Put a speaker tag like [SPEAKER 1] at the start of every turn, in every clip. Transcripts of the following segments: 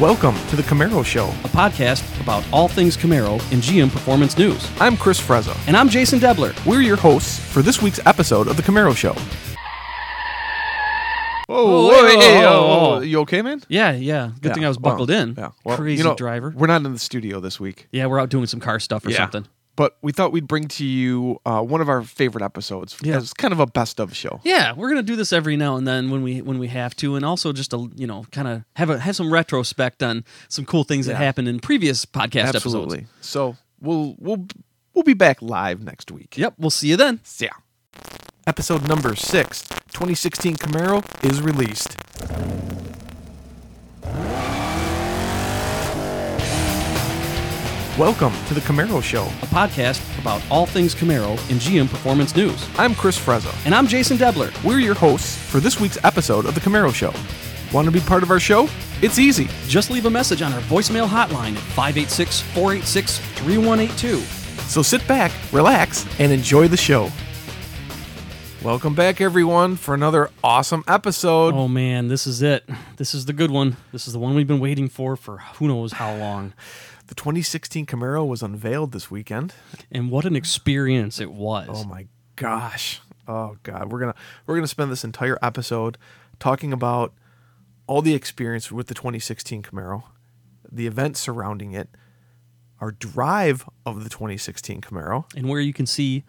[SPEAKER 1] Welcome to the Camaro Show.
[SPEAKER 2] a podcast about all things Camaro and GM performance news.
[SPEAKER 1] I'm Chris Frezza.
[SPEAKER 2] And I'm Jason Debler.
[SPEAKER 1] We're your hosts for this week's episode of the Camaro Show.
[SPEAKER 2] Oh,
[SPEAKER 1] Whoa,
[SPEAKER 2] hey,
[SPEAKER 1] hey,
[SPEAKER 2] oh,
[SPEAKER 1] hey,
[SPEAKER 2] oh,
[SPEAKER 1] oh,
[SPEAKER 2] oh.
[SPEAKER 1] you okay, man?
[SPEAKER 2] Yeah, yeah. Good
[SPEAKER 1] Yeah,
[SPEAKER 2] thing I was
[SPEAKER 1] well,
[SPEAKER 2] buckled in.
[SPEAKER 1] Yeah, well,
[SPEAKER 2] Crazy
[SPEAKER 1] you know,
[SPEAKER 2] driver.
[SPEAKER 1] We're not in the studio this week.
[SPEAKER 2] Yeah, we're out doing some car stuff or something.
[SPEAKER 1] But we thought we'd bring to you uh, one of our favorite episodes.
[SPEAKER 2] Yeah.
[SPEAKER 1] It's kind of a best of show.
[SPEAKER 2] Yeah, we're gonna do this every now and then when we when we have to, and also just to you know kind of have a have some retrospect on some cool things
[SPEAKER 1] Yeah.
[SPEAKER 2] that happened in previous podcast episodes.
[SPEAKER 1] Absolutely. So we'll we'll we'll be back live next week.
[SPEAKER 2] Yep, we'll see you then.
[SPEAKER 1] Yeah. Episode number six, 2016 Camaro is released. Welcome to the Camaro Show.
[SPEAKER 2] A podcast about all things Camaro and GM performance news.
[SPEAKER 1] I'm Chris Frezza.
[SPEAKER 2] And I'm Jason Debler.
[SPEAKER 1] We're your hosts for this week's episode of the Camaro Show. Want to be part of our show? It's easy.
[SPEAKER 2] Just leave a message on our voicemail hotline at 586 486 3182.
[SPEAKER 1] So sit back, relax, and enjoy the show. Welcome back, everyone, for another awesome episode.
[SPEAKER 2] Oh man, this is it. This is the good one. This is the one we've been waiting for for who knows how long.
[SPEAKER 1] The 2016 Camaro was unveiled this weekend.
[SPEAKER 2] And what an experience it was.
[SPEAKER 1] Oh my gosh. Oh god. We're gonna we're gonna spend this entire episode talking about all the experience with the 2016 Camaro, the events surrounding it, our drive of the 2016 Camaro.
[SPEAKER 2] and where you can see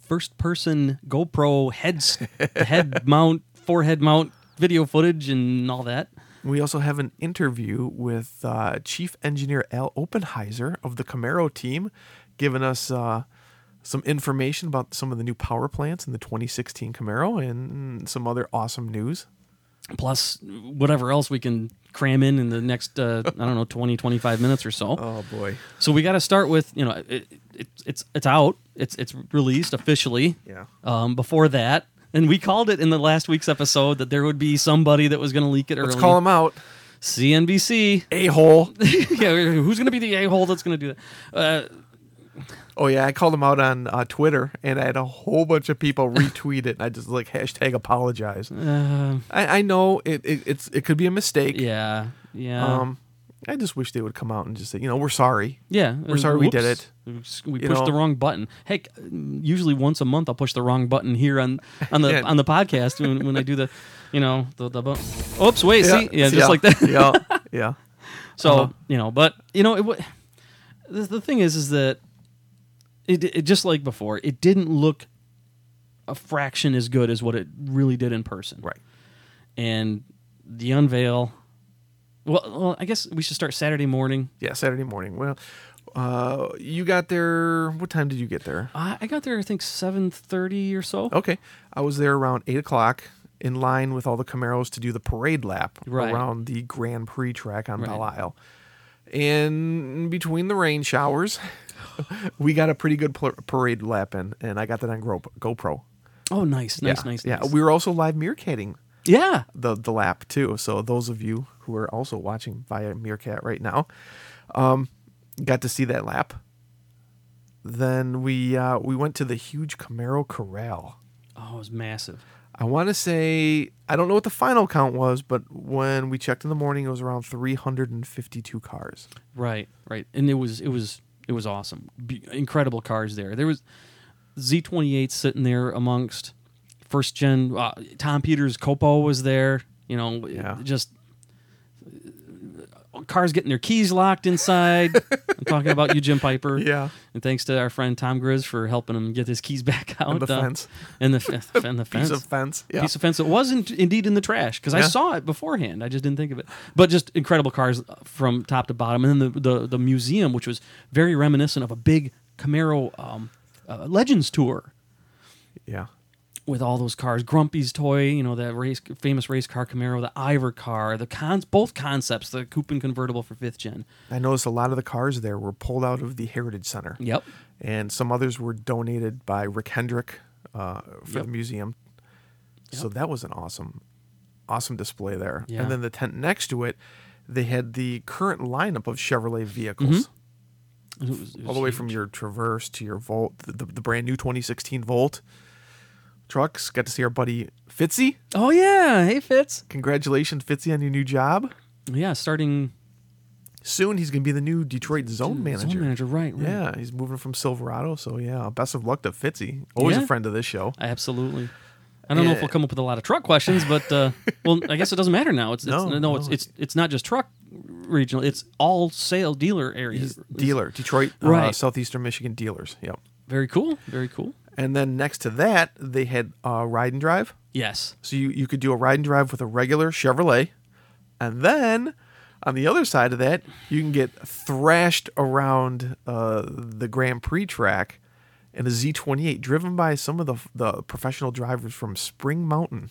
[SPEAKER 2] first person GoPro heads head mount, forehead mount video footage and all that.
[SPEAKER 1] We also have an interview with uh, Chief Engineer Al Oppenheiser of the Camaro team, giving us uh, some information about some of the new power plants in the 2016 Camaro and some other awesome news.
[SPEAKER 2] Plus whatever else we can cram in in the next uh, I don't know 20 25 minutes or so.
[SPEAKER 1] Oh boy.
[SPEAKER 2] So we got to start with, you know, it, it, it's it's out. It's it's released officially.
[SPEAKER 1] Yeah.
[SPEAKER 2] Um, before that, and we called it in the last week's episode that there would be somebody that was going to leak it early.
[SPEAKER 1] Let's call him out.
[SPEAKER 2] CNBC.
[SPEAKER 1] A hole.
[SPEAKER 2] yeah, who's going to be the a hole that's going to do that? Uh,
[SPEAKER 1] Oh yeah, I called him out on uh, Twitter, and I had a whole bunch of people retweet it. And I just like hashtag apologize.
[SPEAKER 2] uh,
[SPEAKER 1] I, I know it, it it's it could be a mistake.
[SPEAKER 2] yeah, yeah,
[SPEAKER 1] Um, I just wish they would come out and just say, you know, we're sorry.
[SPEAKER 2] yeah. uh,
[SPEAKER 1] we're sorry we did
[SPEAKER 2] Whoops. We
[SPEAKER 1] You
[SPEAKER 2] pushed the
[SPEAKER 1] know.
[SPEAKER 2] wrong button. Heck, usually once a month I'll push the wrong button here on on the
[SPEAKER 1] Yeah.
[SPEAKER 2] on the podcast when, when I do the, you know, the, the bu- oops, wait, see, yeah, just like that.
[SPEAKER 1] yeah, yeah.
[SPEAKER 2] So
[SPEAKER 1] Uh-huh.
[SPEAKER 2] you know, but you know, it, wa- the, the thing is, is that it, it just like before, it didn't look a fraction as good as what it really did in person.
[SPEAKER 1] Right.
[SPEAKER 2] And the unveil. Well, well, I guess we should start Saturday morning.
[SPEAKER 1] Yeah, Saturday morning. Well, uh, you got there. What time did you get there?
[SPEAKER 2] Uh, I, I got there, I think seven thirty or so.
[SPEAKER 1] Okay, I was there around eight o'clock, in line with all the Camaros to do the parade lap
[SPEAKER 2] Right.
[SPEAKER 1] around the Grand Prix track on
[SPEAKER 2] Right.
[SPEAKER 1] Belle Isle. And between the rain showers, we got a pretty good pl- parade lap in, and I got that on Gro- GoPro.
[SPEAKER 2] Oh, nice, nice,
[SPEAKER 1] yeah.
[SPEAKER 2] nice,
[SPEAKER 1] Yeah,
[SPEAKER 2] nice.
[SPEAKER 1] we were also live meerkatting
[SPEAKER 2] yeah.
[SPEAKER 1] the the lap too. So those of you who are also watching via Meerkat right now, um, got to see that lap. Then we uh, we went to the huge Camaro Corral.
[SPEAKER 2] Oh, it was massive.
[SPEAKER 1] I want to say I don't know what the final count was, but when we checked in the morning, it was around 352 cars.
[SPEAKER 2] Right, right, and it was it was it was awesome. Be- incredible cars there. There was Z twenty eight sitting there amongst first gen. Uh, Tom Peters Copo was there. You know,
[SPEAKER 1] Yeah.
[SPEAKER 2] just uh, cars getting their keys locked inside. I'm talking about you, Jim Piper.
[SPEAKER 1] Yeah.
[SPEAKER 2] and thanks to our friend Tom Grizz for helping him get his keys back out.
[SPEAKER 1] the
[SPEAKER 2] uh,
[SPEAKER 1] fence.
[SPEAKER 2] And the, f- and the fence
[SPEAKER 1] Piece of fence. Yeah.
[SPEAKER 2] piece of fence that was in, indeed in the trash because I
[SPEAKER 1] Yeah.
[SPEAKER 2] saw it beforehand. I just didn't think of it. But just incredible cars uh, from top to bottom, and then the the, the museum, which was very reminiscent of a big Camaro um, uh, Legends tour
[SPEAKER 1] yeah.
[SPEAKER 2] with all those cars. Grumpy's toy, you know, that race famous race car Camaro, the Ivor car, the cons both concepts, the coupe and convertible for fifth gen.
[SPEAKER 1] I noticed a lot of the cars there were pulled out of the Heritage Center.
[SPEAKER 2] Yep.
[SPEAKER 1] and some others were donated by Rick Hendrick uh, for
[SPEAKER 2] Yep.
[SPEAKER 1] the museum. So that was an awesome, awesome display there.
[SPEAKER 2] Yeah.
[SPEAKER 1] And then the tent next to it, they had the current lineup of Chevrolet
[SPEAKER 2] Mm-hmm.
[SPEAKER 1] vehicles,
[SPEAKER 2] It was- it
[SPEAKER 1] all
[SPEAKER 2] was
[SPEAKER 1] the way from your Traverse to your Volt, the, the, the brand new 2016 Volt trucks. Got to see our buddy Fitzy.
[SPEAKER 2] huge. oh yeah, hey Fitz.
[SPEAKER 1] Congratulations, Fitzy, on your new job.
[SPEAKER 2] Yeah, starting
[SPEAKER 1] soon he's going to be the new Detroit zone manager.
[SPEAKER 2] Zone manager, right? right.
[SPEAKER 1] Yeah, he's moving from Silverado. So yeah, best of luck to Fitzy. Always
[SPEAKER 2] Yeah.
[SPEAKER 1] a friend of this show.
[SPEAKER 2] Absolutely. I don't know if
[SPEAKER 1] Yeah.
[SPEAKER 2] we'll come up with a lot of truck questions, but uh, well, I guess it doesn't matter now. It's, it's no,
[SPEAKER 1] No,
[SPEAKER 2] it's
[SPEAKER 1] no.
[SPEAKER 2] it's it's not just truck regional; it's all sale dealer areas.
[SPEAKER 1] He's dealer, Detroit, uh,
[SPEAKER 2] Right.
[SPEAKER 1] southeastern Michigan dealers. Yep.
[SPEAKER 2] Very cool, very cool.
[SPEAKER 1] And then next to that, they had uh, ride and drive.
[SPEAKER 2] Yes,
[SPEAKER 1] So you, you could do a ride and drive with a regular Chevrolet. And then on the other side of that, you can get thrashed around uh, the Grand Prix track in a Z28 driven by some of the, the professional drivers from Spring Mountain.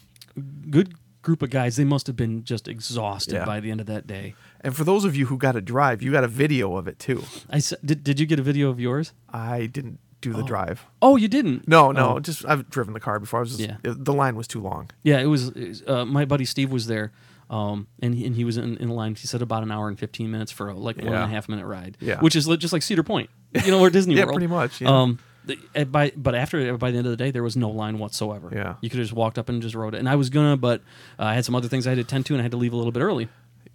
[SPEAKER 2] good group of guys. They must have been just exhausted
[SPEAKER 1] Yeah.
[SPEAKER 2] by the end of that day.
[SPEAKER 1] And for those of you who got to drive, you got a video of it too.
[SPEAKER 2] I s- did. Did you get a video of yours?
[SPEAKER 1] I didn't do the drive.
[SPEAKER 2] Oh, you didn't.
[SPEAKER 1] No, no, just I've driven the car before. I was just,
[SPEAKER 2] Yeah.
[SPEAKER 1] it- the line was too long.
[SPEAKER 2] Yeah, it was. it was, Uh, my buddy Steve was there, um, and he, and he was in, in line. He said about an hour and fifteen minutes for a, like one and a
[SPEAKER 1] Yeah.
[SPEAKER 2] half minute ride.
[SPEAKER 1] Yeah.
[SPEAKER 2] which is li- just like Cedar Point, you know, or Disney
[SPEAKER 1] Yeah,
[SPEAKER 2] World.
[SPEAKER 1] pretty much, yeah.
[SPEAKER 2] Um, the- and by but after uh, by the end of the day, there was no line whatsoever.
[SPEAKER 1] Yeah.
[SPEAKER 2] you could have just walked up and just rode it. And I was gonna, but uh, I had some other things I had to attend to, and I had to leave a little bit early.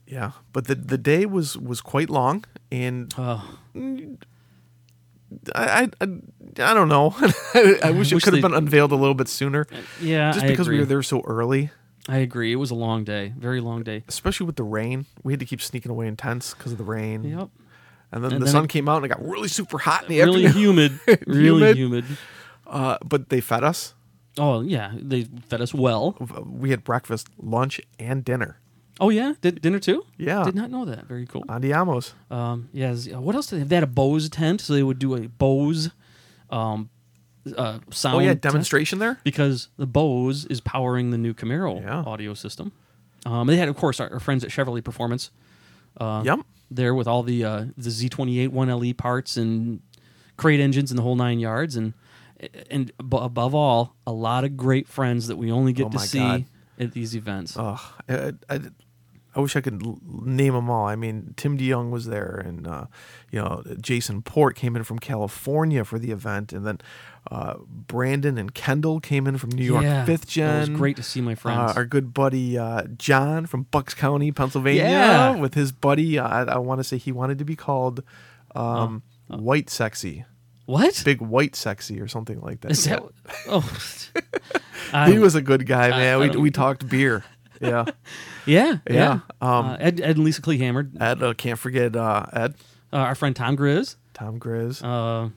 [SPEAKER 1] Yeah, but the the day was was quite long, and
[SPEAKER 2] Uh,
[SPEAKER 1] I I, I, I don't know. I, wish it
[SPEAKER 2] wish
[SPEAKER 1] could have
[SPEAKER 2] they-
[SPEAKER 1] been unveiled a little bit sooner,
[SPEAKER 2] yeah,
[SPEAKER 1] just
[SPEAKER 2] I
[SPEAKER 1] because
[SPEAKER 2] agree.
[SPEAKER 1] we were there so early.
[SPEAKER 2] I agree. It was a long day, very long day.
[SPEAKER 1] Especially with the rain, we had to keep sneaking away in tents because of the rain.
[SPEAKER 2] Yep.
[SPEAKER 1] And then
[SPEAKER 2] And
[SPEAKER 1] the
[SPEAKER 2] then
[SPEAKER 1] sun
[SPEAKER 2] it-
[SPEAKER 1] came out and it got really super hot in the
[SPEAKER 2] Really
[SPEAKER 1] afternoon.
[SPEAKER 2] humid. Really
[SPEAKER 1] Humid.
[SPEAKER 2] humid.
[SPEAKER 1] Uh, but they fed us.
[SPEAKER 2] Oh yeah, they fed us well.
[SPEAKER 1] We had breakfast, lunch, and dinner.
[SPEAKER 2] Oh yeah, did dinner too.
[SPEAKER 1] Yeah.
[SPEAKER 2] did not know that. Very cool.
[SPEAKER 1] Andiamos.
[SPEAKER 2] Um, yeah, z- uh, what else did they have? They had a Bose tent, so they would do a Bose um, uh, sound.
[SPEAKER 1] Oh yeah,
[SPEAKER 2] test
[SPEAKER 1] demonstration there.
[SPEAKER 2] because the Bose is powering the new Camaro
[SPEAKER 1] Yeah.
[SPEAKER 2] audio system. Um, they had, of course, our, our friends at Chevrolet Performance
[SPEAKER 1] yep.
[SPEAKER 2] there with all the uh, the Z28 1LE E parts and crate engines and the whole nine yards, and and ab- above all, a lot of great friends that we only get
[SPEAKER 1] Oh
[SPEAKER 2] to
[SPEAKER 1] my
[SPEAKER 2] see
[SPEAKER 1] God. Oh,
[SPEAKER 2] at these events.
[SPEAKER 1] Ugh, I, I, I wish I could l- name them all. I mean, Tim DeYoung was there, and uh, you know, Jason Port came in from California for the event, and then uh, Brandon and Kendall came in from New York,
[SPEAKER 2] Yeah,
[SPEAKER 1] fifth gen.
[SPEAKER 2] It was great to see my friends.
[SPEAKER 1] Uh, our good buddy uh, John from Bucks County, Pennsylvania,
[SPEAKER 2] Yeah.
[SPEAKER 1] with his buddy. Uh, I, I want to say he wanted to be called um,
[SPEAKER 2] Oh,
[SPEAKER 1] White Sexy,
[SPEAKER 2] what?
[SPEAKER 1] Big White Sexy, or something like that.
[SPEAKER 2] Is that? Oh,
[SPEAKER 1] he
[SPEAKER 2] I-
[SPEAKER 1] was a good guy,
[SPEAKER 2] I
[SPEAKER 1] man. we
[SPEAKER 2] don't-
[SPEAKER 1] we talked beer. Yeah.
[SPEAKER 2] Yeah, yeah.
[SPEAKER 1] Yeah, um,
[SPEAKER 2] Uh, Ed, Ed and Lisa Clee Hammered, uh,
[SPEAKER 1] Ed, uh, can't forget uh, Ed,
[SPEAKER 2] our friend Tom Grizz,
[SPEAKER 1] Tom Grizz,
[SPEAKER 2] uh,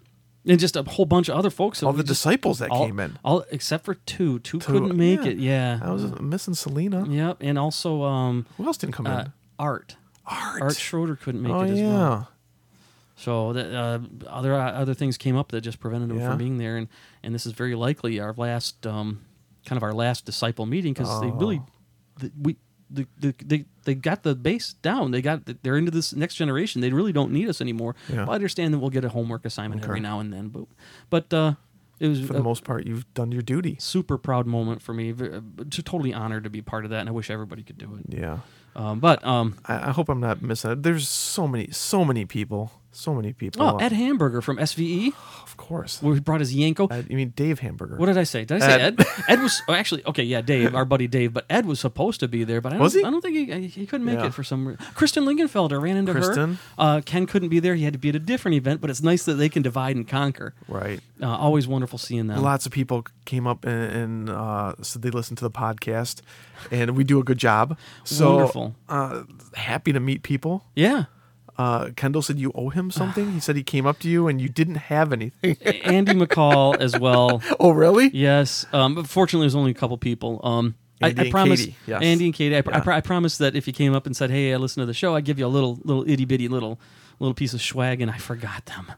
[SPEAKER 2] and just a whole bunch of other folks. that
[SPEAKER 1] all
[SPEAKER 2] we
[SPEAKER 1] the
[SPEAKER 2] just-
[SPEAKER 1] disciples that
[SPEAKER 2] all-
[SPEAKER 1] came in.
[SPEAKER 2] all except for two. Two, couldn't make
[SPEAKER 1] yeah.
[SPEAKER 2] it. Yeah,
[SPEAKER 1] I was missing Selena.
[SPEAKER 2] yep. And also, um,
[SPEAKER 1] Who else didn't come
[SPEAKER 2] Mm-hmm. uh,
[SPEAKER 1] in?
[SPEAKER 2] Art.
[SPEAKER 1] Art.
[SPEAKER 2] Art Schroeder couldn't make
[SPEAKER 1] oh
[SPEAKER 2] it as
[SPEAKER 1] yeah.
[SPEAKER 2] well. So that uh, other uh, other things came up that just prevented him
[SPEAKER 1] Yeah.
[SPEAKER 2] from being there, and and this is very likely our last um, kind of our last disciple meeting because they
[SPEAKER 1] Oh.
[SPEAKER 2] really the, we. The, the, they they got the base down. They got they're into this next generation. They really don't need us anymore.
[SPEAKER 1] Yeah.
[SPEAKER 2] Well, I understand that we'll get a homework assignment
[SPEAKER 1] Okay.
[SPEAKER 2] every now and then, but but uh, it was
[SPEAKER 1] For
[SPEAKER 2] a
[SPEAKER 1] the most part, you've done your duty.
[SPEAKER 2] super proud moment for me. Ve- uh, Totally honored to be part of that, and I wish everybody could do it.
[SPEAKER 1] Yeah.
[SPEAKER 2] Um, but um,
[SPEAKER 1] I, I hope I'm not missing it. There's so many, so many people, so many people.
[SPEAKER 2] oh, Ed Hamburger from SVE,
[SPEAKER 1] of course.
[SPEAKER 2] where he brought his Yanko.
[SPEAKER 1] Ed, you mean Dave Hamburger?
[SPEAKER 2] What did I say? Did I say Ed? Ed, was oh, actually okay. Yeah, Dave, our buddy Dave. But Ed was supposed to be there, but I don't,
[SPEAKER 1] Was he?
[SPEAKER 2] I don't think he, he couldn't make
[SPEAKER 1] Yeah.
[SPEAKER 2] it for some reason. Kristen Lingenfelder ran into her.
[SPEAKER 1] Kristen.
[SPEAKER 2] Uh, Ken couldn't be there. He had to be at a different event. But it's nice that they can divide and conquer.
[SPEAKER 1] right.
[SPEAKER 2] Uh, always wonderful seeing them.
[SPEAKER 1] Lots of people came up and, and uh, said they listened to the podcast, and we do a good job. So
[SPEAKER 2] Wonderful.
[SPEAKER 1] Uh, happy to meet people.
[SPEAKER 2] Yeah.
[SPEAKER 1] uh, Kendall said you owe him something. he said he came up to you and you didn't have anything.
[SPEAKER 2] A- Andy McCall as well.
[SPEAKER 1] oh, really?
[SPEAKER 2] Yes. Um, but fortunately, there's only a couple people. Um,
[SPEAKER 1] Andy
[SPEAKER 2] I, I
[SPEAKER 1] and
[SPEAKER 2] promise,
[SPEAKER 1] Katie, yes.
[SPEAKER 2] Andy and Katie. I, pr I, pr- I promise that if you came up and said, "Hey, I listened to the show," I'd give you a little, little itty bitty little, little piece of swag, and I forgot them.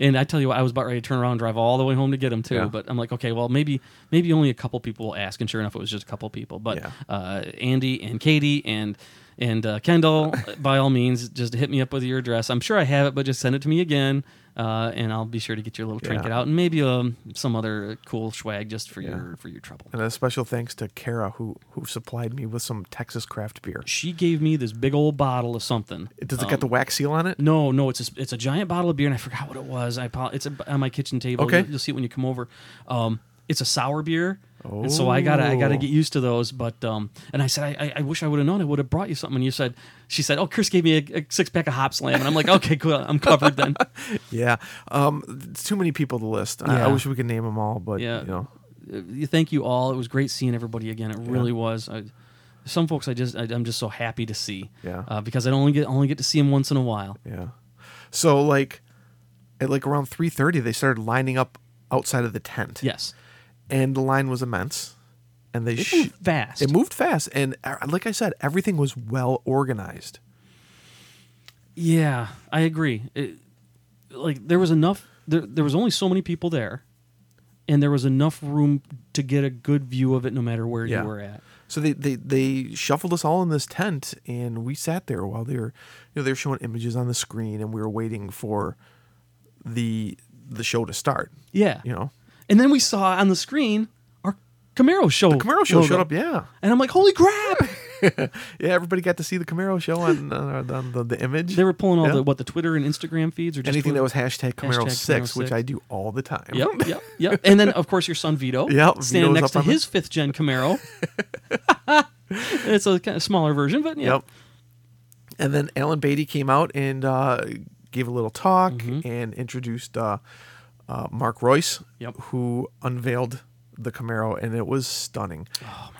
[SPEAKER 2] And I tell you what, I was about ready to turn around and drive all the way home to get them too.
[SPEAKER 1] Yeah.
[SPEAKER 2] But I'm like, okay, well, maybe, maybe only a couple people will ask. And sure enough, it was just a couple people. But
[SPEAKER 1] Yeah.
[SPEAKER 2] uh, Andy and Katie and and uh, Kendall, by all means, just hit me up with your address. I'm sure I have it, but just send it to me again, uh, and I'll be sure to get your little trinket out and maybe um, some other cool swag just for your for your trouble.
[SPEAKER 1] And a special thanks to Kara who who supplied me with some Texas craft beer.
[SPEAKER 2] She gave me this big old bottle of something.
[SPEAKER 1] Does it got
[SPEAKER 2] Um,
[SPEAKER 1] the wax seal on it?
[SPEAKER 2] No, no, it's a, it's a giant bottle of beer, and I forgot what it was. I apo- it's a, on my kitchen table.
[SPEAKER 1] Okay.
[SPEAKER 2] You'll, you'll see it when you come over. Um, it's a sour beer. And so I gotta I gotta
[SPEAKER 1] Oh.
[SPEAKER 2] get used to those. But um, and I said I I, I wish I would have known. I would have brought you something. And you said she said, oh, Chris gave me a, a six pack of Hop Slam, and I'm like, okay, cool, I'm covered then.
[SPEAKER 1] Yeah, um, it's too many people to list. I, I
[SPEAKER 2] Yeah.
[SPEAKER 1] wish we could name them all, but
[SPEAKER 2] Yeah.
[SPEAKER 1] you know,
[SPEAKER 2] Uh, Thank you all. It was great seeing everybody again. It really was. I, some folks I just I, I'm just so happy to see.
[SPEAKER 1] Yeah.
[SPEAKER 2] Uh, because I only get only get to see them once in a while.
[SPEAKER 1] yeah. So like, at like around three thirty, they started lining up outside of the tent.
[SPEAKER 2] Yes.
[SPEAKER 1] and the line was immense, and they
[SPEAKER 2] It
[SPEAKER 1] sh-
[SPEAKER 2] moved fast.
[SPEAKER 1] it moved fast, and uh, like I said, everything was well organized.
[SPEAKER 2] Yeah, I agree. It, like there was enough. There, there was only so many people there, and there was enough room to get a good view of it, no matter where
[SPEAKER 1] Yeah.
[SPEAKER 2] you were at.
[SPEAKER 1] So they, they they shuffled us all in this tent, and we sat there while they were, you know, they were showing images on the screen, and we were waiting for the the show to start.
[SPEAKER 2] Yeah.
[SPEAKER 1] You know,
[SPEAKER 2] And then we saw on the screen our Camaro show. The
[SPEAKER 1] Camaro show showed up. Yeah,
[SPEAKER 2] and I'm like, holy crap!
[SPEAKER 1] yeah. Everybody got to see the Camaro show on, on, on the, the image.
[SPEAKER 2] they were pulling all
[SPEAKER 1] Yeah.
[SPEAKER 2] the what the Twitter and Instagram feeds or just
[SPEAKER 1] anything that
[SPEAKER 2] Twitter.
[SPEAKER 1] was hashtag Camaro
[SPEAKER 2] Hashtag
[SPEAKER 1] six,
[SPEAKER 2] Camaro
[SPEAKER 1] which
[SPEAKER 2] 6.
[SPEAKER 1] I do all the time.
[SPEAKER 2] Yep, yep, yep. And then of course your son Vito,
[SPEAKER 1] Yep,
[SPEAKER 2] standing
[SPEAKER 1] Vito's
[SPEAKER 2] next
[SPEAKER 1] up
[SPEAKER 2] to
[SPEAKER 1] on the-
[SPEAKER 2] his fifth gen Camaro. it's a kind of smaller version, but yeah.
[SPEAKER 1] Yep. And then Alan Beatty came out and uh, gave a little talk
[SPEAKER 2] Mm-hmm.
[SPEAKER 1] and introduced uh, uh, Mark Royce,
[SPEAKER 2] Yep.
[SPEAKER 1] who unveiled the Camaro, and it was stunning.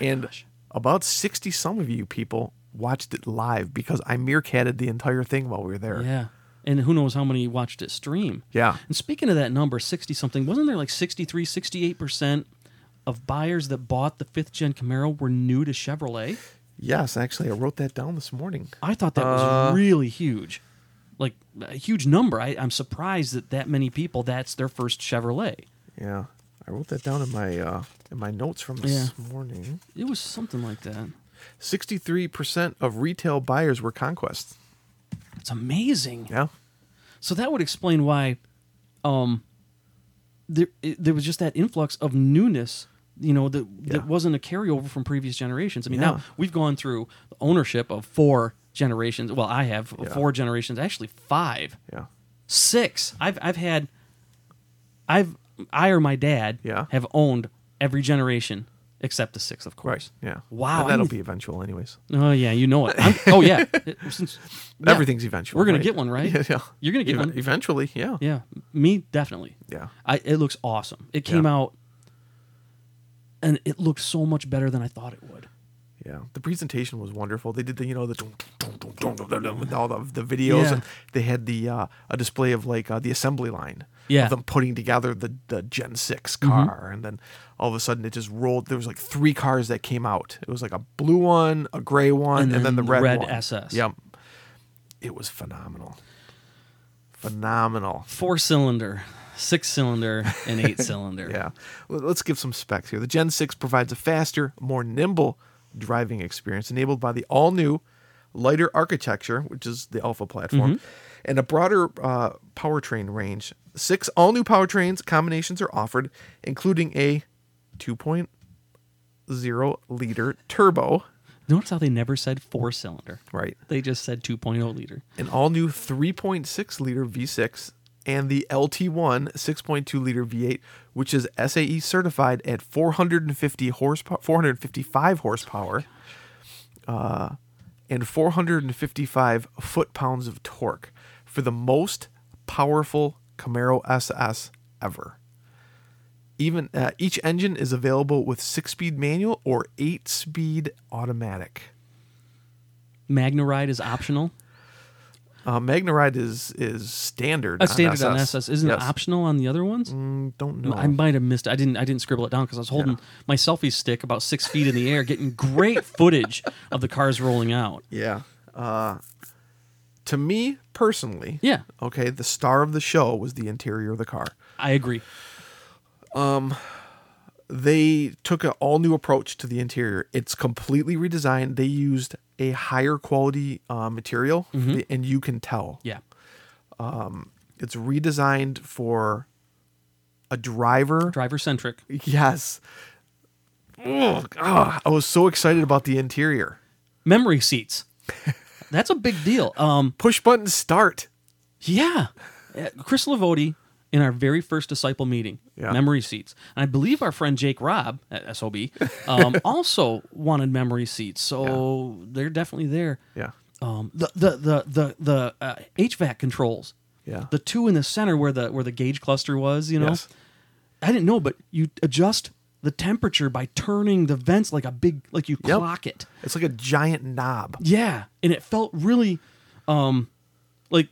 [SPEAKER 1] and
[SPEAKER 2] Oh gosh.
[SPEAKER 1] about 60 some of you people watched it live because I meerkatted the entire thing while we were there.
[SPEAKER 2] Yeah. And who knows how many watched it stream.
[SPEAKER 1] Yeah.
[SPEAKER 2] And speaking of that number, 60 something, wasn't there like 63, 68% of buyers that bought the fifth gen Camaro were new to Chevrolet?
[SPEAKER 1] Yes, actually, I wrote that down this morning.
[SPEAKER 2] I thought that was
[SPEAKER 1] Uh.
[SPEAKER 2] really huge. Like a huge number. I, I'm surprised that that many people, that's their first Chevrolet.
[SPEAKER 1] Yeah. I wrote that down in my uh, in my notes from this morning.
[SPEAKER 2] It was something like that.
[SPEAKER 1] Sixty-three percent of retail buyers were conquests.
[SPEAKER 2] It's amazing.
[SPEAKER 1] Yeah,
[SPEAKER 2] So that would explain why um there it, there was just that influx of newness, you know, that
[SPEAKER 1] Yeah.
[SPEAKER 2] that wasn't a carryover from previous generations. I mean,
[SPEAKER 1] Yeah.
[SPEAKER 2] now we've gone through the ownership of four generations. Well, I have
[SPEAKER 1] Yeah.
[SPEAKER 2] four generations, actually five,
[SPEAKER 1] yeah,
[SPEAKER 2] six. I've I've had I've I or my dad
[SPEAKER 1] Yeah.
[SPEAKER 2] have owned every generation except the sixth, of
[SPEAKER 1] right.
[SPEAKER 2] course.
[SPEAKER 1] Yeah.
[SPEAKER 2] Wow,
[SPEAKER 1] And that'll
[SPEAKER 2] I'm-
[SPEAKER 1] be eventual, anyways.
[SPEAKER 2] Oh yeah, you know it. I'm- oh yeah. It- since- yeah.
[SPEAKER 1] Everything's eventual.
[SPEAKER 2] We're gonna
[SPEAKER 1] right?
[SPEAKER 2] get one, right?
[SPEAKER 1] Yeah, yeah.
[SPEAKER 2] You're gonna get
[SPEAKER 1] Even-
[SPEAKER 2] one.
[SPEAKER 1] eventually. Yeah.
[SPEAKER 2] Yeah, me definitely.
[SPEAKER 1] Yeah.
[SPEAKER 2] I, it looks awesome. It came
[SPEAKER 1] Yeah.
[SPEAKER 2] out, and it looked so much better than I thought it would.
[SPEAKER 1] Yeah. The presentation was wonderful. They did the you know the dun- dun- dun- dun- dun- dun- dun with all the, the videos
[SPEAKER 2] Yeah.
[SPEAKER 1] and they had the uh, a display of like uh, the assembly line.
[SPEAKER 2] Yeah. Mm-hmm.
[SPEAKER 1] Of them putting together the the Gen Six car, and then all of a sudden it just rolled. There was like three cars that came out. It was like a blue one, a gray one, and, then, the red, one.
[SPEAKER 2] SS.
[SPEAKER 1] Yep. It was phenomenal. Phenomenal.
[SPEAKER 2] Four cylinder, six cylinder, and eight cylinder.
[SPEAKER 1] Yeah. L- Let's give some specs here. The Gen 6 provides a faster, more nimble driving experience enabled by the all new, lighter architecture, which is the Alpha platform, and a broader uh, powertrain range. Six all new powertrains combinations are offered, including a 2.0 liter turbo,
[SPEAKER 2] Notice how they never said four cylinder.
[SPEAKER 1] right?
[SPEAKER 2] They just said 2.0 liter.
[SPEAKER 1] An all new 3.6 liter V6. And the LT1 6.2 liter V8, which is SAE certified at 450 horsepower, 455 horsepower, uh, and 455 foot pounds of torque for the most powerful Camaro SS ever. Even uh, each engine is available with six-speed manual or eight-speed automatic.
[SPEAKER 2] Magna Ride is optional.
[SPEAKER 1] Uh, Magnaride is is standard.
[SPEAKER 2] A standard on
[SPEAKER 1] SS.
[SPEAKER 2] SS isn't
[SPEAKER 1] Yes.
[SPEAKER 2] it optional on the other ones.
[SPEAKER 1] Mm, don't know.
[SPEAKER 2] I might have missed. I didn't. I didn't scribble it down because I was holding my selfie stick about six feet in the air, getting great footage of the cars rolling out.
[SPEAKER 1] yeah. Uh, to me personally,
[SPEAKER 2] Yeah,
[SPEAKER 1] okay, the star of the show was the interior of the car.
[SPEAKER 2] I agree.
[SPEAKER 1] They took an all new approach to the interior. It's completely redesigned. They used a higher quality uh, material,
[SPEAKER 2] Mm-hmm.
[SPEAKER 1] and you can tell.
[SPEAKER 2] Yeah,
[SPEAKER 1] It's redesigned for a driver
[SPEAKER 2] driver centric.
[SPEAKER 1] Yes. Ugh, ah, I was so excited about the interior.
[SPEAKER 2] memory seats. That's a big deal. Um,
[SPEAKER 1] Push button start.
[SPEAKER 2] yeah, Uh, Chris Lavoti in our very first disciple meeting,
[SPEAKER 1] Yeah.
[SPEAKER 2] memory seats. And I believe our friend Jake Robb uh, at SOB um, also wanted memory seats, so they're definitely there.
[SPEAKER 1] Yeah.
[SPEAKER 2] Um, the the the the, the uh, HVAC controls,
[SPEAKER 1] Yeah.
[SPEAKER 2] the two in the center where the where the gauge cluster was, you know,
[SPEAKER 1] Yes.
[SPEAKER 2] I didn't know, but you adjust the temperature by turning the vents like a big like you
[SPEAKER 1] Yep.
[SPEAKER 2] clock it.
[SPEAKER 1] It's like a giant knob.
[SPEAKER 2] Yeah, and it felt really, um, like,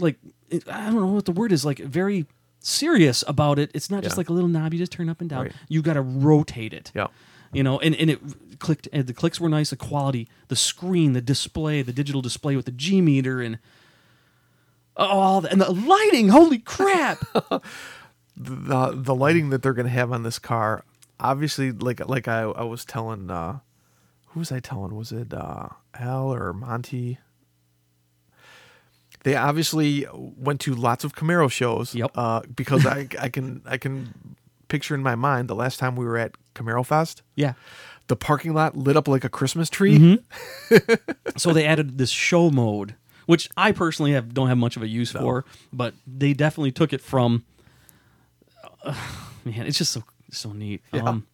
[SPEAKER 2] like it, I don't know what the word is. Like very serious about it. It's not just
[SPEAKER 1] Yeah.
[SPEAKER 2] like a little knob you just turn up and down.
[SPEAKER 1] Right.
[SPEAKER 2] You got to rotate it.
[SPEAKER 1] Yeah.
[SPEAKER 2] You know, and, and it clicked. And the clicks were nice. The quality, the screen, the display, the digital display with the G meter, and all the, and the lighting. Holy crap!
[SPEAKER 1] the the lighting that they're gonna have on this car, obviously, like like I, I was telling, uh, who was I telling? Was it uh, Al or Monty? They obviously went to lots of Camaro shows.
[SPEAKER 2] Yep.
[SPEAKER 1] Uh, because I I can I can picture in my mind the last time we were at Camaro Fest,
[SPEAKER 2] yeah.
[SPEAKER 1] the parking lot lit up like a Christmas tree.
[SPEAKER 2] so they added this show mode, which I personally have don't have much of a use for, but they definitely took it from. uh, man, it's just so so neat. Um,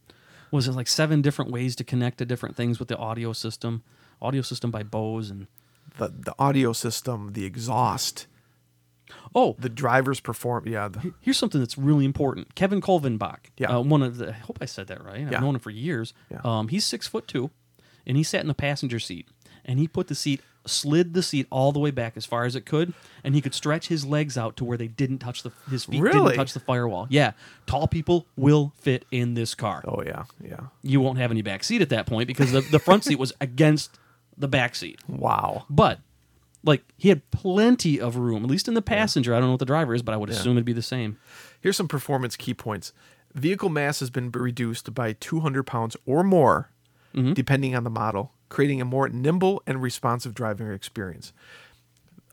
[SPEAKER 2] was it like seven different ways to connect to different things with the audio system? Audio system by Bose and
[SPEAKER 1] The the audio system, the exhaust,
[SPEAKER 2] oh,
[SPEAKER 1] the driver's perform. Yeah. The,
[SPEAKER 2] here's something that's really important. Kevin Kolvenbach,
[SPEAKER 1] Yeah.
[SPEAKER 2] uh, one of the I hope I said that right. I've
[SPEAKER 1] Yeah.
[SPEAKER 2] known him for years.
[SPEAKER 1] Yeah.
[SPEAKER 2] Um, he's six foot two, and he sat in the passenger seat, and he put the seat slid the seat all the way back as far as it could, and he could stretch his legs out to where they didn't touch the his feet
[SPEAKER 1] Really?
[SPEAKER 2] didn't touch the firewall. Yeah, tall people will fit in this car.
[SPEAKER 1] oh yeah. Yeah.
[SPEAKER 2] You won't have any back seat at that point because the, the front seat was against the back seat.
[SPEAKER 1] Wow.
[SPEAKER 2] But like he had plenty of room, at least in the passenger. I don't know what the driver is, but I would assume it'd be the same.
[SPEAKER 1] Here's some performance key points. Vehicle mass has been b- reduced by 200 pounds or more, depending on the model, creating a more nimble and responsive driving experience.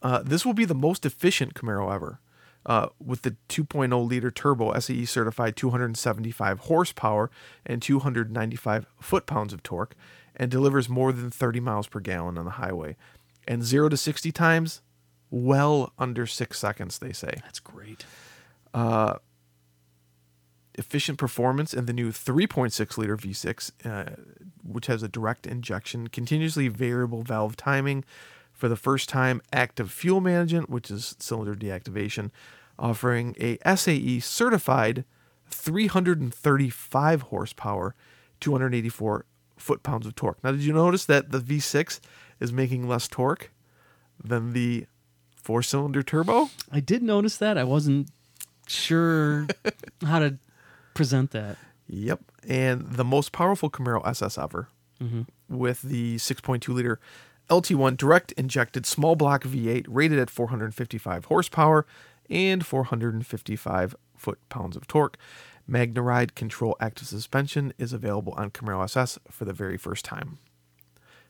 [SPEAKER 1] Uh, this will be the most efficient Camaro ever, uh, with the 2.0 liter turbo SAE certified 275 horsepower and 295 foot pounds of torque, and delivers more than 30 miles per gallon on the highway. And 0 to 60 times, well under six seconds, they say
[SPEAKER 2] That's great.
[SPEAKER 1] efficient performance and the new 3.6 liter V6, uh, which has a direct injection, continuously variable valve timing. For the first time, active fuel management, which is cylinder deactivation, offering a SAE certified 335 horsepower, 284 foot pounds of torque. Now, did you notice that the V6 is making less torque than the four cylinder turbo?
[SPEAKER 2] I did notice that. I wasn't sure how to present that.
[SPEAKER 1] Yep. And the most powerful Camaro SS ever with the 6.2 liter LT1 direct injected small block V8 rated at 455 horsepower and 455 foot pounds of torque. Magna Ride Control Active Suspension is available on Camaro SS for the very first time.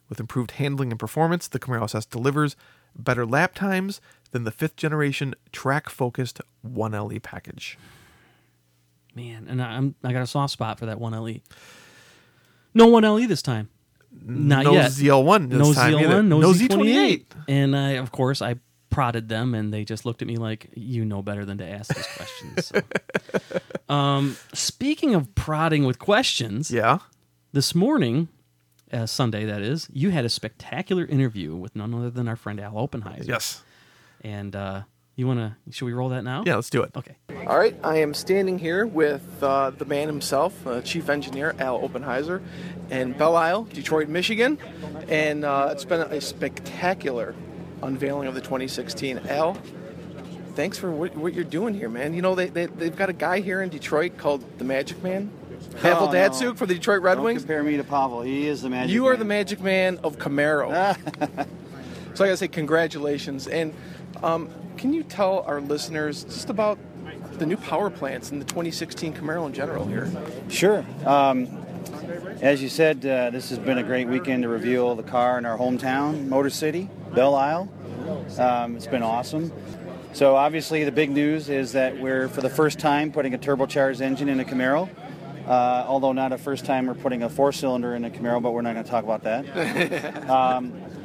[SPEAKER 1] With improved handling and performance, the Camaro SS delivers better lap times than the fifth generation track focused 1LE E package.
[SPEAKER 2] Man, and I- I'm I got a soft spot for that one LE. No one LE this time. Not
[SPEAKER 1] no
[SPEAKER 2] yet.
[SPEAKER 1] ZL1 this
[SPEAKER 2] no
[SPEAKER 1] time
[SPEAKER 2] ZL1,
[SPEAKER 1] either.
[SPEAKER 2] no,
[SPEAKER 1] No
[SPEAKER 2] Z28.
[SPEAKER 1] Z28.
[SPEAKER 2] And I of course I prodded them and they just looked at me like you know better than to ask these questions. So. um speaking of prodding with questions,
[SPEAKER 1] Yeah.
[SPEAKER 2] this morning uh, Sunday, that is, you had a spectacular interview with none other than our friend Al Oppenheimer.
[SPEAKER 1] Yes.
[SPEAKER 2] And uh, you want to? Should we roll that now?
[SPEAKER 1] Yeah, let's do it.
[SPEAKER 2] Okay.
[SPEAKER 1] All right, I am standing here with uh, the man himself, uh, Chief Engineer Al Oppenheiser, in Belle Isle, Detroit, Michigan, and uh, it's been a spectacular unveiling of the 2016. Al, thanks for what, what you're doing here, man. You know they, they they've got a guy here in Detroit called the Magic Man, Pavel
[SPEAKER 3] Oh, no.
[SPEAKER 1] Datsuk for the Detroit Red
[SPEAKER 3] Don't
[SPEAKER 1] Wings.
[SPEAKER 3] compare me to Pavel. He is the magic.
[SPEAKER 1] You are
[SPEAKER 3] man.
[SPEAKER 1] the magic man of Camaro. so I gotta say congratulations. And um, can you tell our listeners just about the new power plants and the 2016 Camaro in general here?
[SPEAKER 3] Sure. Um, as you said, uh, this has been a great weekend to review all the car in our hometown, Motor City, Belle Isle. Um, it's been awesome. So obviously, the big news is that we're for the first time putting a turbocharged engine in a Camaro. Uh, although not a first time, we're putting a four-cylinder in a Camaro, but we're not going to talk about that.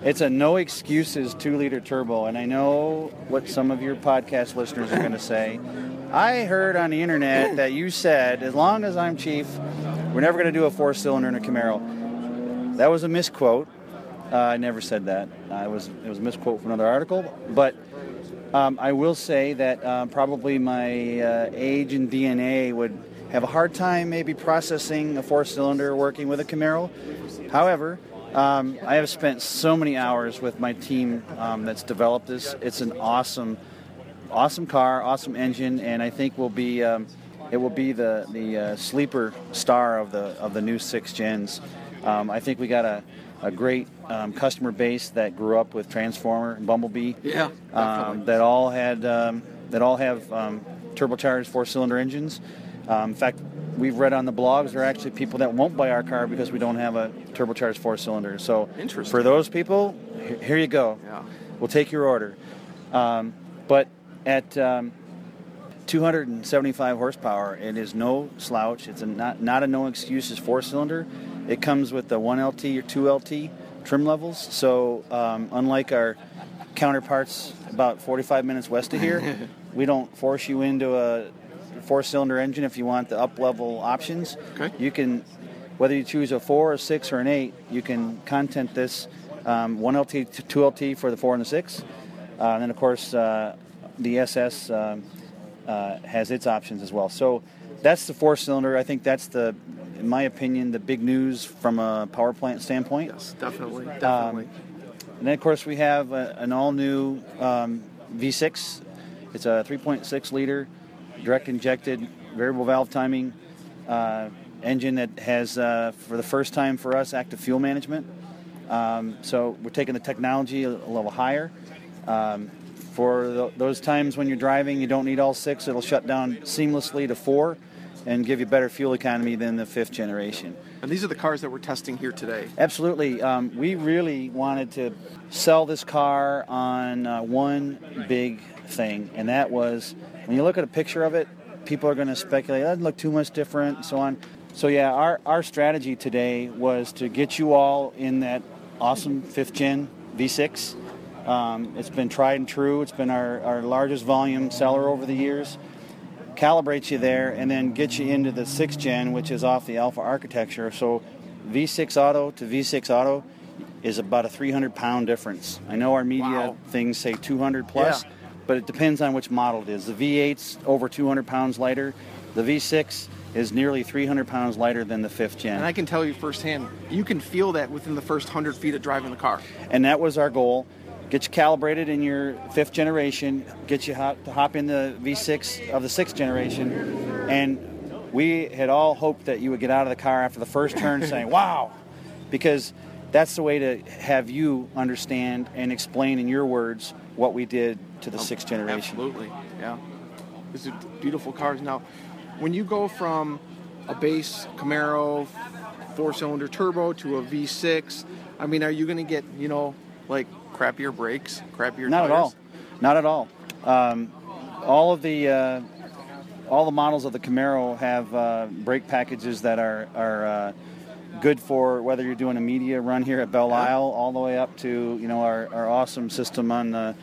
[SPEAKER 3] It's a no excuses two liter turbo, and I know what some of your podcast listeners are going to say. I heard on the internet that you said, as long as I'm chief, we're never going to do a four cylinder in a Camaro. That was a misquote. Uh, I never said that. I was it was a misquote from another article, but um, I will say that uh, probably my uh, age and DNA would have a hard time maybe processing a four cylinder working with a Camaro. However, um, I have spent so many hours with my team um, that's developed this. It's an awesome awesome car, awesome engine, and I think will be um, it will be the the uh, sleeper star of the of the new six gens. Um, I think we got a a great um, customer base that grew up with Transformer and Bumblebee.
[SPEAKER 4] Yeah,
[SPEAKER 3] um,
[SPEAKER 4] definitely.
[SPEAKER 3] that all had um, that all have um, turbocharged four cylinder engines. Um, in fact, we've read on the blogs there are actually people that won't buy our car because we don't have a turbocharged four cylinder. So
[SPEAKER 4] Interesting.
[SPEAKER 3] for those people, he- here you go.
[SPEAKER 4] Yeah.
[SPEAKER 3] We'll take your order. Um, but at um, 275 horsepower, it is no slouch. It's a not, not a no excuses four cylinder. It comes with the 1LT or 2LT trim levels. So, um, unlike our counterparts about 45 minutes west of here, we don't force you into a four cylinder engine if you want the up level options.
[SPEAKER 4] Okay.
[SPEAKER 3] You can, whether you choose a four, a six, or an eight, you can content this um, 1LT to 2LT for the four and the six. Uh, and then, of course, uh, the SS um, uh, has its options as well. So that's the four cylinder. I think that's the, in my opinion, the big news from a power plant standpoint.
[SPEAKER 4] Yes, definitely,
[SPEAKER 1] Um,
[SPEAKER 4] definitely.
[SPEAKER 3] And then, of course, we have a, an all new um, V6. It's a 3.6 liter direct injected variable valve timing uh, engine that has, uh, for the first time for us, active fuel management. Um, so we're taking the technology a, a little higher. Um, for tho- those times when you're driving, you don't need all six. It'll shut down seamlessly to four and give you better fuel economy than the fifth generation.
[SPEAKER 4] and these are the cars that we're testing here today.
[SPEAKER 3] Absolutely. Um, we really wanted to sell this car on uh, one big thing, and that was when you look at a picture of it, people are going to speculate, that doesn't look too much different, and so on. So, yeah, our, our strategy today was to get you all in that awesome fifth gen V6. Um, it's been tried and true. It's been our, our largest volume seller over the years. Calibrate you there and then get you into the 6th gen, which is off the Alpha architecture. So V6 Auto to V6 Auto is about a 300 pound difference. I know our media
[SPEAKER 4] Wow.
[SPEAKER 3] things say 200 plus,
[SPEAKER 4] Yeah.
[SPEAKER 3] but it depends on which model it is. The V8's over 200 pounds lighter, the V6 is nearly 300 pounds lighter than the 5th gen.
[SPEAKER 4] And I can tell you firsthand, you can feel that within the first hundred feet of driving the car.
[SPEAKER 3] and that was our goal. Get you calibrated in your fifth generation, get you hop, to hop in the V6 of the sixth generation, and we had all hoped that you would get out of the car after the first turn saying, "Wow," because that's the way to have you understand and explain in your words what we did to the sixth generation.
[SPEAKER 4] Absolutely, yeah. These are beautiful cars. Now, when you go from a base Camaro four-cylinder turbo to a V6, I mean, are you going to get you know like crappier brakes, crappier
[SPEAKER 3] Not
[SPEAKER 4] tires?
[SPEAKER 3] at all. Not at all. Um, all of the uh, all the models of the Camaro have uh, brake packages that are are uh, good for whether you're doing a media run here at Belle Isle, all the way up to you know our, our awesome system on the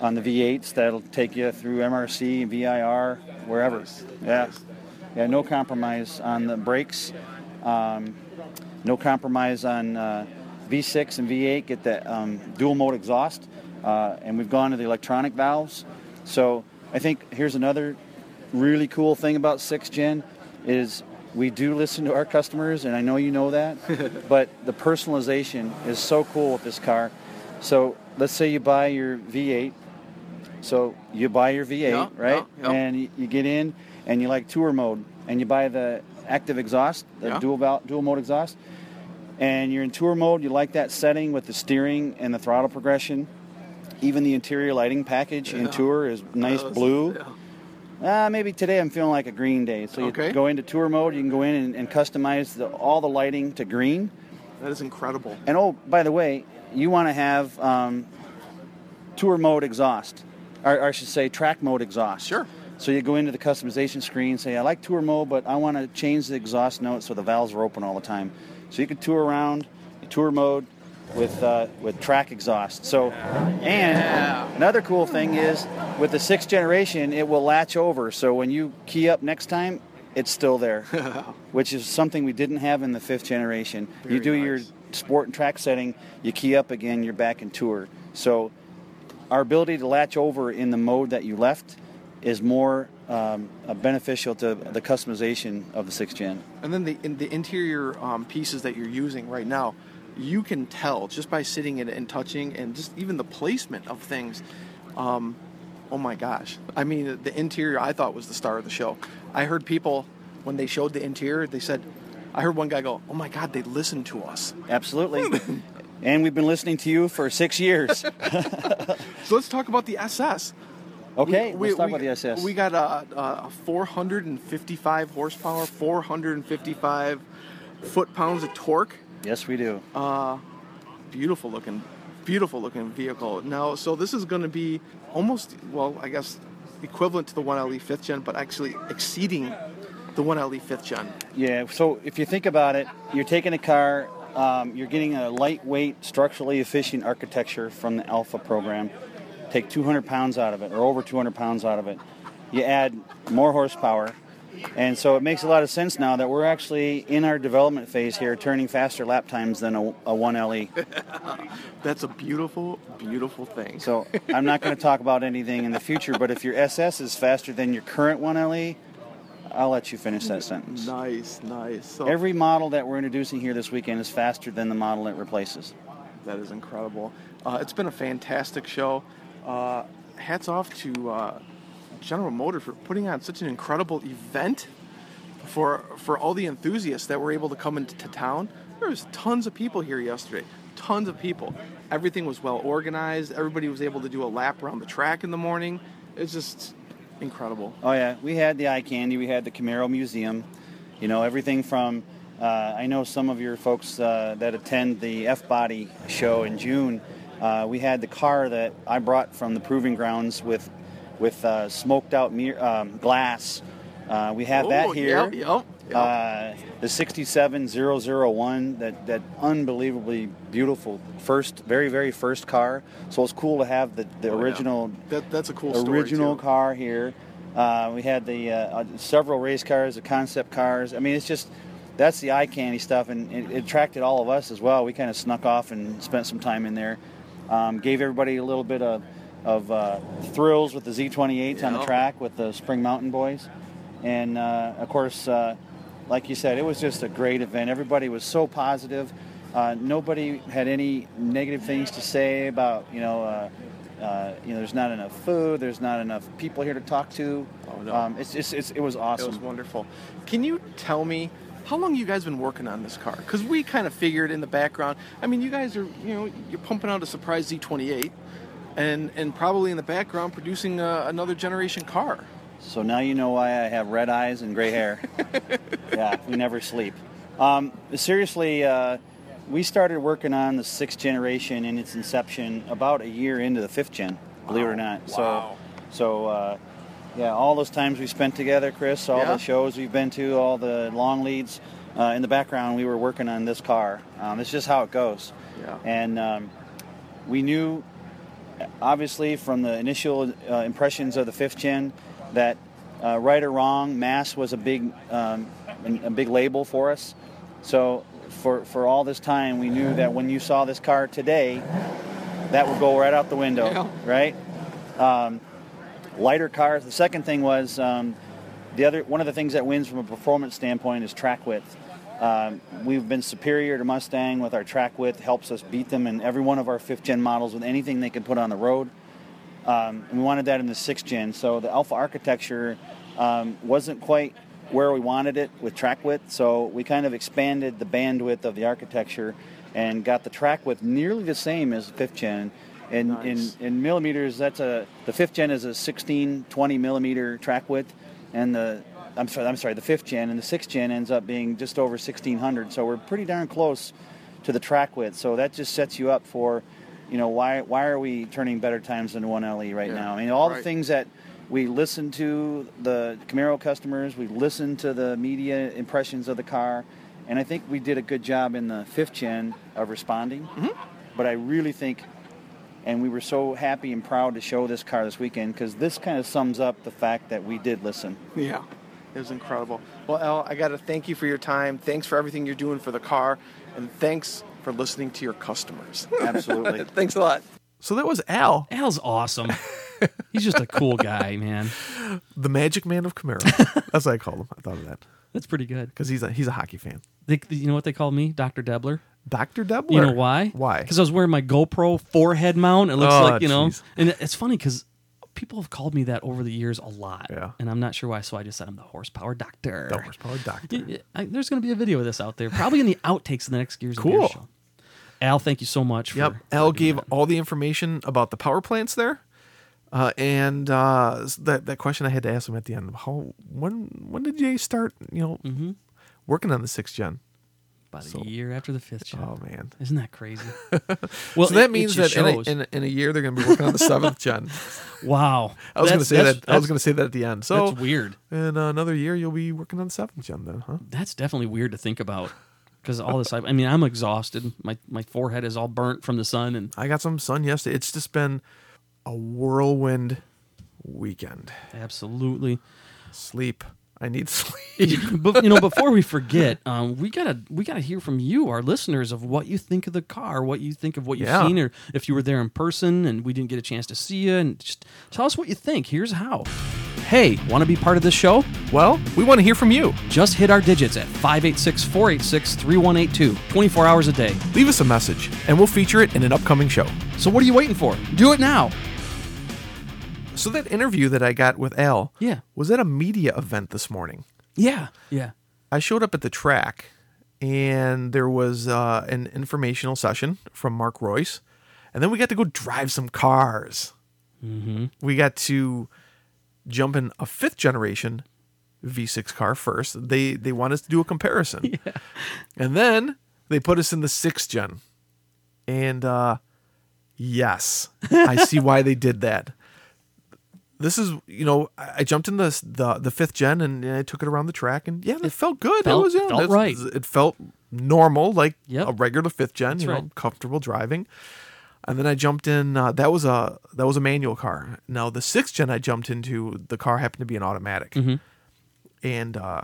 [SPEAKER 3] on the V8s that'll take you through MRC, VIR, wherever. Yeah, yeah. No compromise on the brakes. Um, no compromise on uh, V6 and V8. Get that um, dual mode exhaust, uh, and we've gone to the electronic valves. So I think here's another really cool thing about 6 Gen is we do listen to our customers, and I know you know that, but the personalization is so cool with this car. So let's say you buy your V8. So you buy your V8,
[SPEAKER 4] Yeah,
[SPEAKER 3] right?
[SPEAKER 4] yeah, yeah.
[SPEAKER 3] And you, you get in and you like tour mode, and you buy the active exhaust, the
[SPEAKER 4] Yeah.
[SPEAKER 3] dual val- dual mode exhaust and you're in tour mode, you like that setting with the steering and the throttle progression. Even the interior lighting package in
[SPEAKER 4] Yeah.
[SPEAKER 3] tour is nice
[SPEAKER 4] Those-
[SPEAKER 3] blue.
[SPEAKER 4] yeah.
[SPEAKER 3] Ah, maybe today I'm feeling like a green day. So you
[SPEAKER 4] Okay.
[SPEAKER 3] go into tour mode, you can go in and, and customize the, all the lighting to green.
[SPEAKER 4] That is incredible.
[SPEAKER 3] And oh, by the way, you want to have um, tour mode exhaust, or, or I should say track mode exhaust.
[SPEAKER 4] Sure.
[SPEAKER 3] So you go into the customization screen, say I like tour mode, but I want to change the exhaust note so the valves are open all the time. So you can tour around tour mode with uh, with track exhaust. So, and another cool thing is With the sixth generation, it will latch over. So when you key up next time, it's still there, which is something we didn't have in the fifth generation. you
[SPEAKER 4] Very
[SPEAKER 3] do
[SPEAKER 4] nice.
[SPEAKER 3] your sport and track setting, you key up again, you're back in tour. So our ability to latch over in the mode that you left is more um, uh, beneficial to the customization of the sixth gen.
[SPEAKER 4] And then the in the interior um, pieces that you're using right now, you can tell just by sitting in it and touching, and just even the placement of things. Um, oh my gosh! I mean, the interior I thought was the star of the show. I heard people when they showed the interior, they said, I heard one guy go, "Oh my God, they listened to us."
[SPEAKER 3] Absolutely. and we've been listening to you for six years.
[SPEAKER 4] So let's talk about the SS.
[SPEAKER 3] Okay, let's talk about the SS.
[SPEAKER 4] We got a, a 455 horsepower, 455 foot pounds of torque.
[SPEAKER 3] yes, we do.
[SPEAKER 4] beautiful looking beautiful looking vehicle now so this is going to be almost well i guess equivalent to the 1le 5th gen but actually exceeding the 1le 5th gen
[SPEAKER 3] Yeah, so if you think about it, you're taking a car, um, you're getting a lightweight, structurally efficient architecture from the Alpha program. Take 200 pounds out of it, or over 200 pounds out of it. You add more horsepower. And so it makes a lot of sense now that we're actually in our development phase here, turning faster lap times than a, E. a 1LE.
[SPEAKER 4] that's a beautiful beautiful thing
[SPEAKER 3] So I'm not going to talk about anything in the future, but if your SS is faster than your current 1LE, I'll let you finish that sentence.
[SPEAKER 4] nice nice so
[SPEAKER 3] Every model that we're introducing here this weekend is faster than the model it replaces.
[SPEAKER 4] that is incredible uh, it's been a fantastic show uh, hats off to uh, general motors for putting on such an incredible event for for all the enthusiasts that were able to come into to town. There was tons of people here yesterday. Tons of people. Everything was well organized. Everybody was able to do a lap around the track in the morning. It's just incredible.
[SPEAKER 3] Oh yeah, we had the eye candy, we had the Camaro Museum, you know everything from. Uh, I know some of your folks uh, that attend the F Body show in June. Uh, we had the car that I brought from the proving grounds with with uh, smoked out mir- um, glass. Uh, we have
[SPEAKER 4] Oh,
[SPEAKER 3] that here.
[SPEAKER 4] Yep, yep, yep.
[SPEAKER 3] Uh, the 67001, that, that unbelievably beautiful first, very, very first car. So it's cool to have the, the
[SPEAKER 4] Oh, yeah.
[SPEAKER 3] original
[SPEAKER 4] that, that's a cool story.
[SPEAKER 3] original
[SPEAKER 4] too.
[SPEAKER 3] car here. Uh, we had the uh, uh, several race cars, the concept cars. I mean, it's just that's the eye candy stuff, and it, it attracted all of us as well. We kind of snuck off and spent some time in there, um, gave everybody a little bit of of uh, thrills with the Z28s on the
[SPEAKER 4] Yeah.
[SPEAKER 3] track with the Spring Mountain Boys, and uh, of course, uh, like you said, it was just a great event. Everybody was so positive. Uh, nobody had any negative things to say about you know. Uh, uh, you know, there's not enough food. There's not enough people here to talk to.
[SPEAKER 4] Oh, no.
[SPEAKER 3] um, it's, it's, it's, it was
[SPEAKER 4] It
[SPEAKER 3] awesome.
[SPEAKER 4] was wonderful. Can you tell me how long you guys been working on this car? Because we kind of figured in the background. I mean, you guys are you know you're pumping out a surprise Z28, and and probably in the background producing a, another generation car.
[SPEAKER 3] So now you know why I have red eyes and gray hair. yeah, we never sleep. Um, seriously, uh, we started working on the sixth generation in its inception about a year into the fifth gen, believe it or not.
[SPEAKER 4] Wow.
[SPEAKER 3] So, so uh, yeah, all those times we spent together, Chris, all
[SPEAKER 4] Yeah.
[SPEAKER 3] the shows we've been to, all the long leads. Uh, in the background, we were working on this car. Um, it's just how it goes.
[SPEAKER 4] Yeah.
[SPEAKER 3] And um, we knew obviously from the initial uh, impressions of the fifth gen that uh, right or wrong mass was a big um, an- a big label for us so for for all this time we knew that when you saw this car today that would go right out the window
[SPEAKER 4] Yeah.
[SPEAKER 3] right um, lighter cars the second thing was um, the other one of the things that wins from a performance standpoint is track width um, we've been superior to Mustang with our track width helps us beat them in every one of our fifth gen models with anything they can put on the road and we wanted that in the sixth gen. So the Alpha architecture um, wasn't quite where we wanted it with track width. So we kind of expanded the bandwidth of the architecture and got the track width nearly the same as the fifth gen. In,
[SPEAKER 4] Nice.
[SPEAKER 3] in, in millimeters, that's a the fifth gen is a 16, 20 millimeter track width, and the I'm sorry, I'm sorry, the fifth gen and the sixth gen ends up being just over 1600. So we're pretty darn close to the track width. So that just sets you up for, you know, why why are we turning better times than one LE right
[SPEAKER 4] Yeah,
[SPEAKER 3] now? I mean, all the
[SPEAKER 4] right.
[SPEAKER 3] things that we listen to the Camaro customers, we listen to the media impressions of the car, and I think
[SPEAKER 4] Mm-hmm.
[SPEAKER 3] we did a good job in the fifth gen of responding. But I really think And we were so happy and proud to show this car this weekend because this kind of sums up the fact that we did listen.
[SPEAKER 4] Yeah, it was incredible. Well, El, I got to thank you for your time. Thanks for everything you're doing for the car, and thanks for listening to your customers.
[SPEAKER 3] Absolutely.
[SPEAKER 4] thanks a lot.
[SPEAKER 1] So that was Al,
[SPEAKER 2] Al's awesome. He's just a cool guy, man.
[SPEAKER 1] the Magic Man of Camaro. That's what I called him. I thought of that
[SPEAKER 2] That's pretty good.
[SPEAKER 1] because he's a he's a hockey fan.
[SPEAKER 2] They, you know what they call me, Doctor Debler?
[SPEAKER 1] Doctor Debler.
[SPEAKER 2] You know why?
[SPEAKER 1] Why?
[SPEAKER 2] Because I was wearing my GoPro forehead mount. It looks
[SPEAKER 1] Oh,
[SPEAKER 2] like you know,
[SPEAKER 1] jeez.
[SPEAKER 2] and it's funny because people have called me that over the years a lot.
[SPEAKER 1] Yeah.
[SPEAKER 2] And I'm not sure why, so I just said I'm the horsepower doctor.
[SPEAKER 1] The horsepower doctor.
[SPEAKER 2] Y- y- I- there's going to be a video of this out there, probably in the outtakes of the next year's
[SPEAKER 1] Cool.
[SPEAKER 2] show. Al, thank you so much.
[SPEAKER 1] Yep.
[SPEAKER 2] For,
[SPEAKER 1] Al gave all the information about the power plants there. Uh, and uh, s- that that question I had to ask him at the end: How when when did you start? You know,
[SPEAKER 2] Mm-hmm.
[SPEAKER 1] working on the sixth gen.
[SPEAKER 2] about a year after the fifth show.
[SPEAKER 1] Oh man!
[SPEAKER 2] Isn't that crazy? well,
[SPEAKER 1] so
[SPEAKER 2] it-
[SPEAKER 1] that
[SPEAKER 2] it
[SPEAKER 1] means that
[SPEAKER 2] just
[SPEAKER 1] in a,
[SPEAKER 2] shows.
[SPEAKER 1] in, a, in a year they're going to be working on the seventh gen.
[SPEAKER 2] wow.
[SPEAKER 1] I was going to
[SPEAKER 2] That's-
[SPEAKER 1] say
[SPEAKER 2] that's-
[SPEAKER 1] that. I was
[SPEAKER 2] that's-
[SPEAKER 1] going to say that at the end. So
[SPEAKER 2] that's weird.
[SPEAKER 1] In uh, another year, you'll be working on the seventh gen, then, huh?
[SPEAKER 2] That's definitely weird to think about because all this. I, I mean, I'm exhausted. My my forehead is all burnt from the sun, and
[SPEAKER 1] I got some sun yesterday. It's just been a whirlwind weekend.
[SPEAKER 2] absolutely.
[SPEAKER 1] Sleep. I need sleep.
[SPEAKER 2] but you know, before we forget, um, we gotta we gotta hear from you, our listeners, of what you think of the car, what you think of what you've
[SPEAKER 1] Yeah.
[SPEAKER 2] seen, or if you were there in person and we didn't get a chance to see you, and just tell us what you think. Here's how. Hey, want to be part of the show?
[SPEAKER 1] Well, we want to hear from you.
[SPEAKER 2] Just hit our digits at 586 486 3182, 24 hours a day.
[SPEAKER 1] Leave us a message, and we'll feature it in an upcoming show.
[SPEAKER 2] So, what are you waiting for? Do it now.
[SPEAKER 1] So that interview that I got with Al,
[SPEAKER 2] Yeah.
[SPEAKER 1] was at a media event this morning.
[SPEAKER 2] Yeah. Yeah.
[SPEAKER 1] I showed up at the track, and there was uh, an informational session from Mark Royce, and then we got to go drive some cars. Mm-hmm. We got to jump in a fifth generation V6 car first. They they want us to do a comparison, and then they put us in the sixth gen, and uh, yes, I see why they did that. This is, you know, I I jumped in the the, the fifth gen and I took it around the track and yeah, it, felt good.
[SPEAKER 2] felt-
[SPEAKER 1] it was yeah,
[SPEAKER 2] felt
[SPEAKER 1] that's-
[SPEAKER 2] right.
[SPEAKER 1] It felt normal, like
[SPEAKER 2] Yep.
[SPEAKER 1] a regular fifth gen. you know,
[SPEAKER 2] right.
[SPEAKER 1] comfortable driving. And then I jumped in. Uh, that was a that was a manual car. Now the sixth gen I jumped into, the car happened to be an automatic,
[SPEAKER 2] Mm-hmm.
[SPEAKER 1] and uh,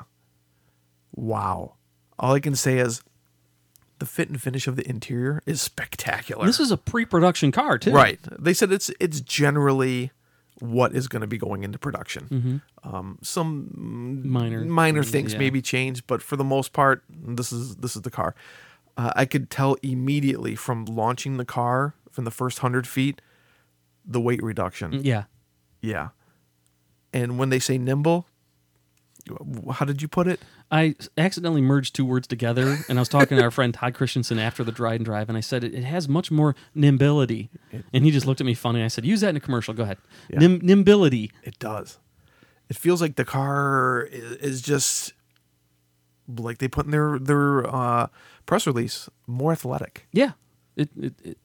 [SPEAKER 1] wow! All I can say is the fit and finish of the interior is spectacular.
[SPEAKER 2] This is a pre production car, too.
[SPEAKER 1] Right. They said it's it's generally what is going to be going into production.
[SPEAKER 2] Mm-hmm.
[SPEAKER 1] Um, some mm,
[SPEAKER 2] Minor
[SPEAKER 1] minor
[SPEAKER 2] things,
[SPEAKER 1] things
[SPEAKER 2] yeah.
[SPEAKER 1] maybe change, but for the most part, this is this is the car. Uh, I could tell immediately from launching the car from the first hundred feet, the weight reduction.
[SPEAKER 2] Yeah.
[SPEAKER 1] Yeah, and when they say nimble, w- how did you put it?
[SPEAKER 2] I accidentally merged two words together, and I was talking to our friend Todd Christensen after the dry and drive, and I said it, it has much more nimbility, and he just looked at me funny. I said, "Use that in a commercial. Go ahead,
[SPEAKER 1] Yeah.
[SPEAKER 2] Nim- nimbility."
[SPEAKER 1] It does. It feels like the car is, is just like they put in their their uh, press release more athletic.
[SPEAKER 2] Yeah, it, it, it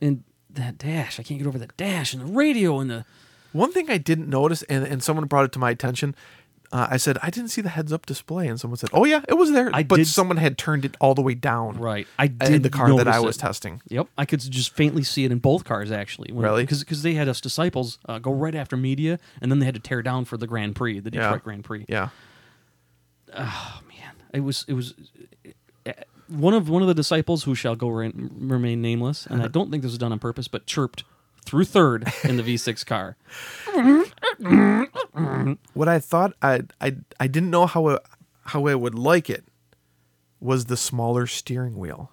[SPEAKER 2] and that dash. I can't get over the dash and the radio and the
[SPEAKER 1] One thing I didn't notice, and, and someone brought it to my attention. Uh, I said I didn't see the heads up display, and someone said, "Oh yeah, it was there."
[SPEAKER 2] I
[SPEAKER 1] but
[SPEAKER 2] did-
[SPEAKER 1] someone had turned it all the way down.
[SPEAKER 2] right. I did
[SPEAKER 1] in the car that I
[SPEAKER 2] notice
[SPEAKER 1] was
[SPEAKER 2] it.
[SPEAKER 1] testing.
[SPEAKER 2] Yep, I could just faintly see it in both cars actually. When,
[SPEAKER 1] Really?
[SPEAKER 2] Because they had us disciples uh, go right after media, and then they had to tear down for the Grand Prix, the Detroit Grand Prix.
[SPEAKER 1] Yeah.
[SPEAKER 2] man, it was it was uh, one of one of the disciples who shall go re- remain nameless, and
[SPEAKER 1] Uh-huh.
[SPEAKER 2] I don't think this was done on purpose, but chirped through third in the V6 car.
[SPEAKER 1] What I thought I I I didn't know how I, how I would like it was the smaller steering wheel.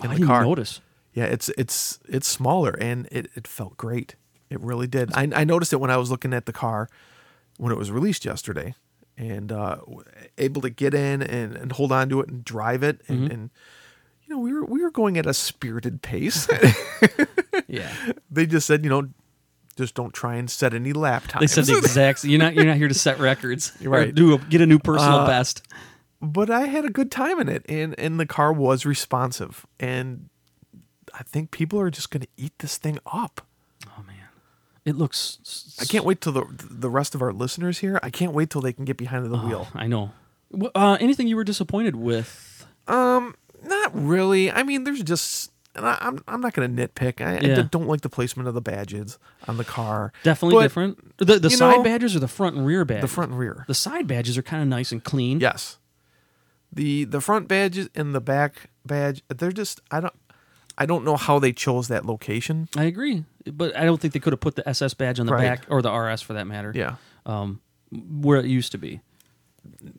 [SPEAKER 2] I
[SPEAKER 1] the
[SPEAKER 2] didn't
[SPEAKER 1] car.
[SPEAKER 2] notice.
[SPEAKER 1] Yeah, it's it's it's smaller and it, it felt great. It really did. I, I noticed it when I was looking at the car when it was released yesterday and uh, w- able to get in and, and hold on to it and drive it and,
[SPEAKER 2] Mm-hmm.
[SPEAKER 1] and you know we were we were going at a spirited pace.
[SPEAKER 2] Yeah,
[SPEAKER 1] they just said, you know, just don't try and set any lap times.
[SPEAKER 2] they said the exact. You're not you're not here to set records. or
[SPEAKER 1] right. Uh,
[SPEAKER 2] Do a, get a new personal best.
[SPEAKER 1] but I had a good time in it and and the car was responsive and I think people are just going to eat this thing up.
[SPEAKER 2] Oh man, it looks. s-
[SPEAKER 1] I can't wait till the the rest of our listeners here. I can't wait till they can get behind the wheel.
[SPEAKER 2] I know. Wh- Uh, anything you were disappointed with?
[SPEAKER 1] Not really. I mean, there's just and I, I'm I'm not going to nitpick. I, I
[SPEAKER 2] Yeah.
[SPEAKER 1] d- don't like the placement of the badges on the car.
[SPEAKER 2] Definitely
[SPEAKER 1] But
[SPEAKER 2] different. The the
[SPEAKER 1] you
[SPEAKER 2] side
[SPEAKER 1] know-
[SPEAKER 2] badges or the front and rear badges.
[SPEAKER 1] The front and rear.
[SPEAKER 2] The side badges are kind of nice and clean.
[SPEAKER 1] Yes. The the front badges and the back badge, they're just I don't I don't know how they chose that location.
[SPEAKER 2] I agree, but I don't think they could have put the SS badge on the
[SPEAKER 1] Right.
[SPEAKER 2] back or the RS for that matter.
[SPEAKER 1] Yeah.
[SPEAKER 2] um, where it used to be.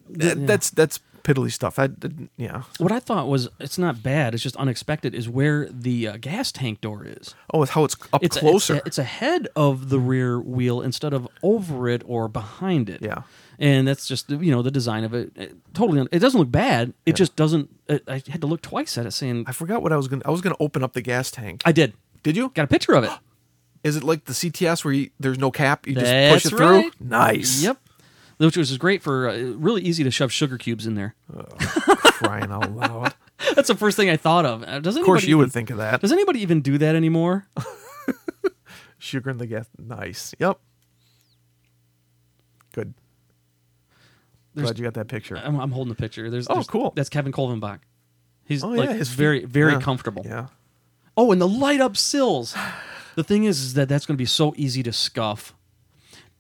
[SPEAKER 1] That- That's that's piddly stuff. I didn't- yeah.
[SPEAKER 2] What I thought was it's not bad. It's just unexpected. Is where the uh, gas tank door is.
[SPEAKER 1] Oh, it's how it's up
[SPEAKER 2] It's
[SPEAKER 1] closer.
[SPEAKER 2] It's, it's ahead of the rear wheel instead of over it or behind it.
[SPEAKER 1] Yeah.
[SPEAKER 2] And that's just you know the design of it. It totally, un- it doesn't look bad. It just doesn't. It, I had to look twice at it, saying
[SPEAKER 1] I forgot what I was going to I was going to open up the gas tank.
[SPEAKER 2] I did.
[SPEAKER 1] Did you?
[SPEAKER 2] Got a picture of it.
[SPEAKER 1] Is it like the CTS where you, there's no cap, you just
[SPEAKER 2] That's
[SPEAKER 1] push it through?
[SPEAKER 2] right.
[SPEAKER 1] Nice.
[SPEAKER 2] Yep. Which was great for uh, really easy to shove sugar cubes in there.
[SPEAKER 1] Crying out loud.
[SPEAKER 2] That's the first thing I thought of. Uh, Does
[SPEAKER 1] Of course you
[SPEAKER 2] anybody even-
[SPEAKER 1] would think of that.
[SPEAKER 2] Does anybody even do that anymore?
[SPEAKER 1] Sugar in the gas. Nice. Yep. Good.
[SPEAKER 2] There's-
[SPEAKER 1] Glad you got that picture.
[SPEAKER 2] I'm, I'm holding the picture. There's
[SPEAKER 1] Oh,
[SPEAKER 2] there's-
[SPEAKER 1] cool.
[SPEAKER 2] That's Kevin Kolvenbach. He's
[SPEAKER 1] Oh,
[SPEAKER 2] like
[SPEAKER 1] yeah, his feet-
[SPEAKER 2] very very
[SPEAKER 1] yeah.
[SPEAKER 2] comfortable.
[SPEAKER 1] yeah.
[SPEAKER 2] Oh, and the light up sills. The thing is, is that that's going to be so easy to scuff.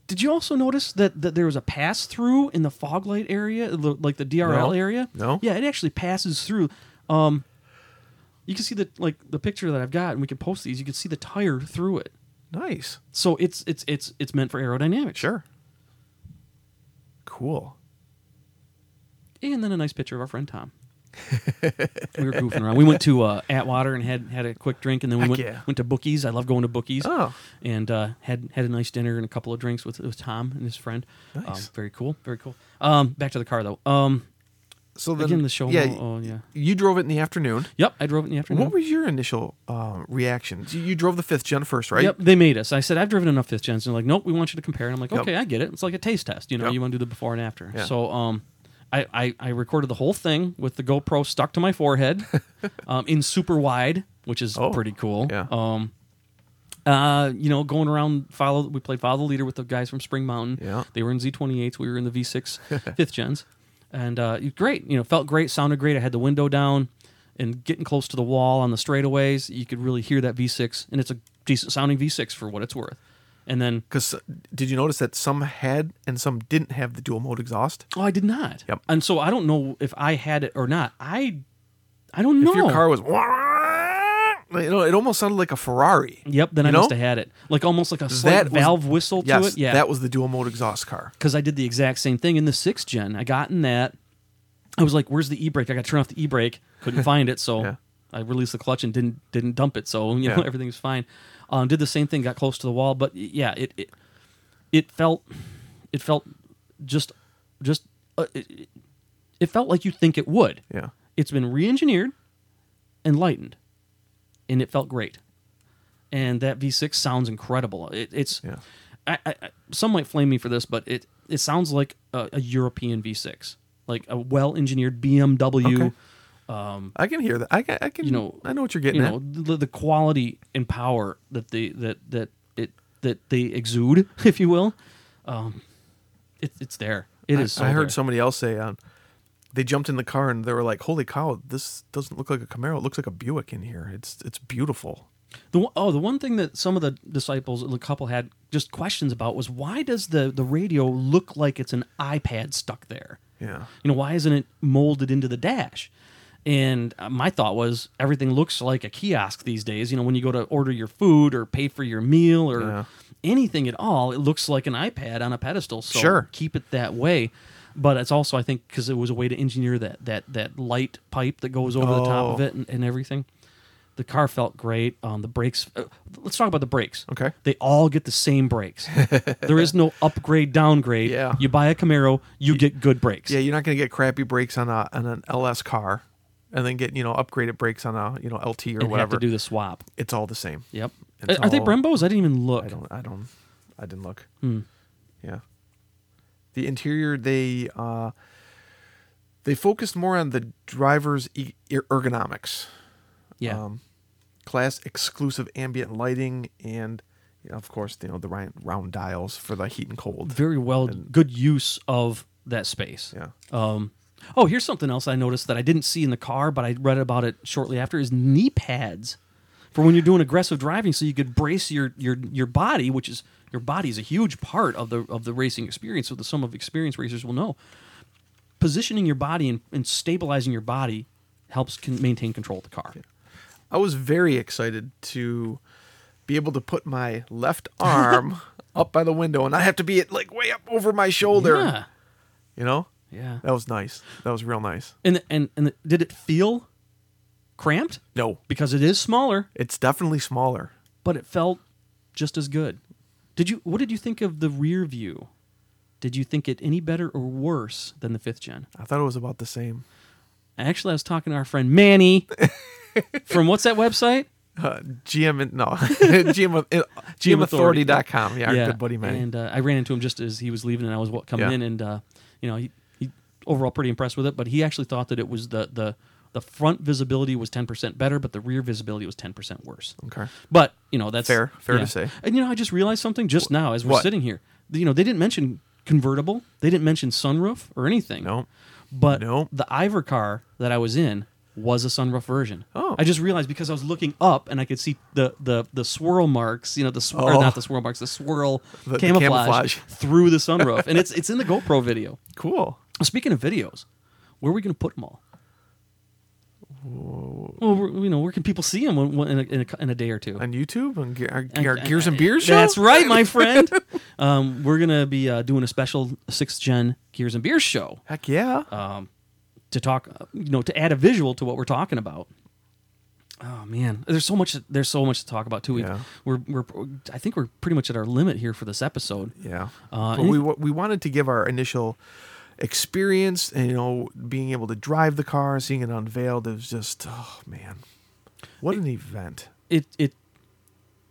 [SPEAKER 2] Did you also notice that, that there was a pass through in the fog light area, the- like the DRL
[SPEAKER 1] No.
[SPEAKER 2] area?
[SPEAKER 1] No.
[SPEAKER 2] Yeah, it actually passes through. Um, you can see the like the picture that I've got, and we can post these. You can see the tire through it.
[SPEAKER 1] Nice.
[SPEAKER 2] So it's it's it's it's meant for aerodynamics.
[SPEAKER 1] Sure. Cool.
[SPEAKER 2] and then a nice picture of our friend Tom. we were goofing around. We went to uh, Atwater and had had a quick drink, and then we
[SPEAKER 1] Heck
[SPEAKER 2] went,
[SPEAKER 1] yeah.
[SPEAKER 2] went to Bookies. I love going to Bookies.
[SPEAKER 1] Oh.
[SPEAKER 2] and uh, had had a nice dinner and a couple of drinks with, with Tom and his friend.
[SPEAKER 1] Nice.
[SPEAKER 2] Um, very cool. Very cool. Um, back to the car though. Um,
[SPEAKER 1] So then
[SPEAKER 2] Again, the show
[SPEAKER 1] Yeah.
[SPEAKER 2] mo- Mm-hmm. oh, yeah.
[SPEAKER 1] You drove it in the afternoon.
[SPEAKER 2] yep, I drove it in the afternoon.
[SPEAKER 1] What was your initial uh, reaction? You- You drove the fifth gen first, right?
[SPEAKER 2] Yep, they made us. I said I've driven enough fifth gens, and they're like, nope, we want you to compare. And I'm like,
[SPEAKER 1] Yep.
[SPEAKER 2] okay, I get it. It's like a taste test, you know.
[SPEAKER 1] Yep.
[SPEAKER 2] You want to do the before and after.
[SPEAKER 1] Yeah.
[SPEAKER 2] So, um, I, I I recorded the whole thing with the GoPro stuck to my forehead, um, in super wide, which is
[SPEAKER 1] Oh,
[SPEAKER 2] pretty cool.
[SPEAKER 1] yeah.
[SPEAKER 2] Um, uh, you know, going around follow. We played follow the leader with the guys from Spring Mountain.
[SPEAKER 1] Yeah.
[SPEAKER 2] They were in Z28s. We were in the V6 fifth gens, and uh, it- great. You know, felt great. Sounded great. I had the window down. And getting close to the wall on the straightaways, you could really hear that V6, and it's a decent sounding V6 for what it's worth. And then,
[SPEAKER 1] Because did you notice that some had and some didn't have the dual mode exhaust?
[SPEAKER 2] oh, I did not.
[SPEAKER 1] Yep.
[SPEAKER 2] And so I don't know if I had it or not. I, I don't know.
[SPEAKER 1] If your car was, you know, it almost sounded like a Ferrari.
[SPEAKER 2] yep. Then
[SPEAKER 1] you
[SPEAKER 2] I
[SPEAKER 1] know?
[SPEAKER 2] must have had it, like almost like a slight
[SPEAKER 1] was-
[SPEAKER 2] valve whistle
[SPEAKER 1] yes,
[SPEAKER 2] to it. Yeah.
[SPEAKER 1] that was the dual mode exhaust car.
[SPEAKER 2] because I did the exact same thing in the sixth gen. I got in that. I was like, "Where's the e brake? I got to turn off the e brake. Couldn't find it, so
[SPEAKER 1] Yeah.
[SPEAKER 2] I released the clutch and didn't didn't dump it. So you know
[SPEAKER 1] Yeah.
[SPEAKER 2] everything's fine. Um, did the same thing. Got close to the wall, but y- yeah, it it, it felt it felt just just uh, it, it felt like you think it would.
[SPEAKER 1] Yeah.
[SPEAKER 2] It's been re engineered and lightened, and it felt great. And that V6 sounds incredible. It, it's
[SPEAKER 1] Yeah.
[SPEAKER 2] I, I, I- some might flame me for this, but it it sounds like a, a European V6, like a well engineered BMW.
[SPEAKER 1] Okay. I can hear that. I can. I can.
[SPEAKER 2] You know,
[SPEAKER 1] I know what you're getting
[SPEAKER 2] you
[SPEAKER 1] at.
[SPEAKER 2] know the, the quality and power that they that that it that they exude, if you will. Um, it, it's there. It is. so
[SPEAKER 1] I heard
[SPEAKER 2] there.
[SPEAKER 1] somebody else say um, they jumped in the car and they were like, "Holy cow! This doesn't look like a Camaro. It looks like a Buick in here. It's it's beautiful."
[SPEAKER 2] The one, oh, the one thing that some of the disciples, the couple had just questions about was why does the the radio look like it's an iPad stuck there?
[SPEAKER 1] Yeah.
[SPEAKER 2] You know, why isn't it molded into the dash? And uh, my thought was everything looks like a kiosk these days. You know, when you go to order your food or pay for your meal or
[SPEAKER 1] Yeah.
[SPEAKER 2] anything at all, it looks like an iPad on a pedestal. So
[SPEAKER 1] Sure.
[SPEAKER 2] keep it that way. But it's also, I think, because it was a way to engineer that that that light pipe that goes over the top
[SPEAKER 1] Oh.
[SPEAKER 2] of it and, and everything. The car felt great. Um, the brakes. Uh, let's talk about the brakes.
[SPEAKER 1] Okay.
[SPEAKER 2] They all get the same brakes. there is no upgrade downgrade.
[SPEAKER 1] Yeah.
[SPEAKER 2] You buy a Camaro, you get good brakes.
[SPEAKER 1] Yeah, you're not going to get crappy brakes on a on an LS car, and then get you know upgraded brakes on a you know LT or
[SPEAKER 2] and have
[SPEAKER 1] whatever.
[SPEAKER 2] to do the swap.
[SPEAKER 1] it's all the same.
[SPEAKER 2] Yep.
[SPEAKER 1] It's
[SPEAKER 2] Are they
[SPEAKER 1] all-
[SPEAKER 2] Brembos? I didn't even look.
[SPEAKER 1] I don't. I don't. I didn't look.
[SPEAKER 2] Hmm.
[SPEAKER 1] Yeah. The interior they uh, they focused more on the driver's e- ergonomics.
[SPEAKER 2] Yeah.
[SPEAKER 1] um, class exclusive ambient lighting and you know, of course you know the round, round dials for the heat and cold
[SPEAKER 2] Very well. Good use of that space.
[SPEAKER 1] yeah
[SPEAKER 2] Um, Oh, here's something else I noticed that I didn't see in the car, but I read about it shortly after is knee pads for when you're doing aggressive driving so you could brace your your your body, which is your body is a huge part of the of the racing experience, so the sum of experienced racers will know. Positioning your body and, and stabilizing your body helps can maintain control of the car.
[SPEAKER 1] I was very excited to be able to put my left arm up by the window and not have to be at like way up over my shoulder.
[SPEAKER 2] Yeah.
[SPEAKER 1] You know?
[SPEAKER 2] Yeah.
[SPEAKER 1] That was nice. That was real nice.
[SPEAKER 2] And and and the- did it feel cramped?
[SPEAKER 1] No,
[SPEAKER 2] Because it is smaller,
[SPEAKER 1] it's definitely smaller.
[SPEAKER 2] but it felt just as good. Did you what did you think of the rear view? Did you think it any better or worse than the 5th gen?
[SPEAKER 1] I thought it was about the same.
[SPEAKER 2] Actually, I was talking to our friend Manny from what's that website?
[SPEAKER 1] Uh, GM, in- no, GM, uh, GMauthority.com. Yeah, our good buddy, man.
[SPEAKER 2] And uh, I ran into him just as he was leaving, and I was wa- coming
[SPEAKER 1] Yeah.
[SPEAKER 2] in, and uh, you know, he, he overall pretty impressed with it. But he actually thought that it was the the the front visibility was ten percent better, but the rear visibility was ten percent worse.
[SPEAKER 1] okay.
[SPEAKER 2] But you know, that's
[SPEAKER 1] Fair- fair to say.
[SPEAKER 2] And you know, I just realized something just now as we're
[SPEAKER 1] what?
[SPEAKER 2] sitting here. You know, they didn't mention convertible, they didn't mention sunroof or anything.
[SPEAKER 1] No.
[SPEAKER 2] But
[SPEAKER 1] No.
[SPEAKER 2] the Ivor car that I was in was a sunroof version.
[SPEAKER 1] Oh.
[SPEAKER 2] I just realized because I was looking up and I could see the the the swirl marks, you know, the swirl
[SPEAKER 1] Oh.
[SPEAKER 2] not the swirl marks, the swirl
[SPEAKER 1] The- the
[SPEAKER 2] camouflage,
[SPEAKER 1] camouflage.
[SPEAKER 2] through the sunroof. and it's it's in the GoPro video.
[SPEAKER 1] Cool.
[SPEAKER 2] Speaking of videos, where are we going to put them all? Well, we're, you know, where can people see them when, when, in, a, in, a, in a day or two?
[SPEAKER 1] On YouTube and uh, ge- our,
[SPEAKER 2] And-
[SPEAKER 1] our Gears and Beers show?
[SPEAKER 2] That's right, my friend. um, we're gonna be uh, doing a special sixth gen Gears and Beers show
[SPEAKER 1] Heck yeah.
[SPEAKER 2] to talk, uh, you know, to add a visual to what we're talking about. Oh man, there's so much. There's so much to talk about too. We,
[SPEAKER 1] Yeah.
[SPEAKER 2] We're we're I think we're pretty much at our limit here for this episode.
[SPEAKER 1] Yeah.
[SPEAKER 2] Uh,
[SPEAKER 1] but
[SPEAKER 2] any-
[SPEAKER 1] we wa- we wanted to give our initial experience and you know being able to drive the car, seeing it unveiled is just oh man. What an event.
[SPEAKER 2] It it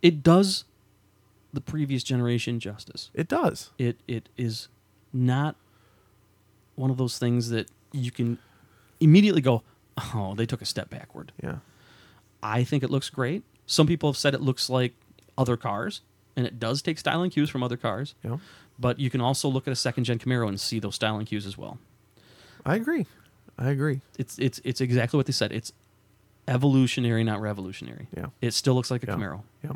[SPEAKER 2] it does the previous generation justice.
[SPEAKER 1] It does.
[SPEAKER 2] it it is not one of those things that you can immediately go oh they took a step backward
[SPEAKER 1] Yeah.
[SPEAKER 2] i think it looks great some people have said it looks like other cars and it does take styling cues from other cars
[SPEAKER 1] Yeah.
[SPEAKER 2] but you can also look at a second gen camaro and see those styling cues as well
[SPEAKER 1] I agree. I agree.
[SPEAKER 2] it's it's it's exactly what they said it's evolutionary not revolutionary
[SPEAKER 1] Yeah.
[SPEAKER 2] it still looks like a
[SPEAKER 1] Yeah.
[SPEAKER 2] camaro
[SPEAKER 1] Yeah.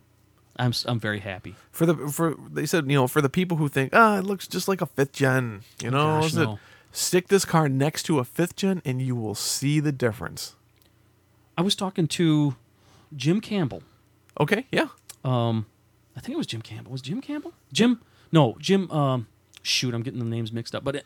[SPEAKER 2] i'm s- i'm very happy
[SPEAKER 1] For the for they said, you know, for the people who think, ah, it looks just like a fifth gen, you know,
[SPEAKER 2] gosh,
[SPEAKER 1] is it-
[SPEAKER 2] no.
[SPEAKER 1] stick this car next to a fifth gen and you will see the difference.
[SPEAKER 2] i was talking to jim campbell
[SPEAKER 1] Okay, yeah.
[SPEAKER 2] um, I think it was Jim Campbell. Was Jim Campbell? Jim? No, Jim. Um, shoot, I'm getting the names mixed up. But, it,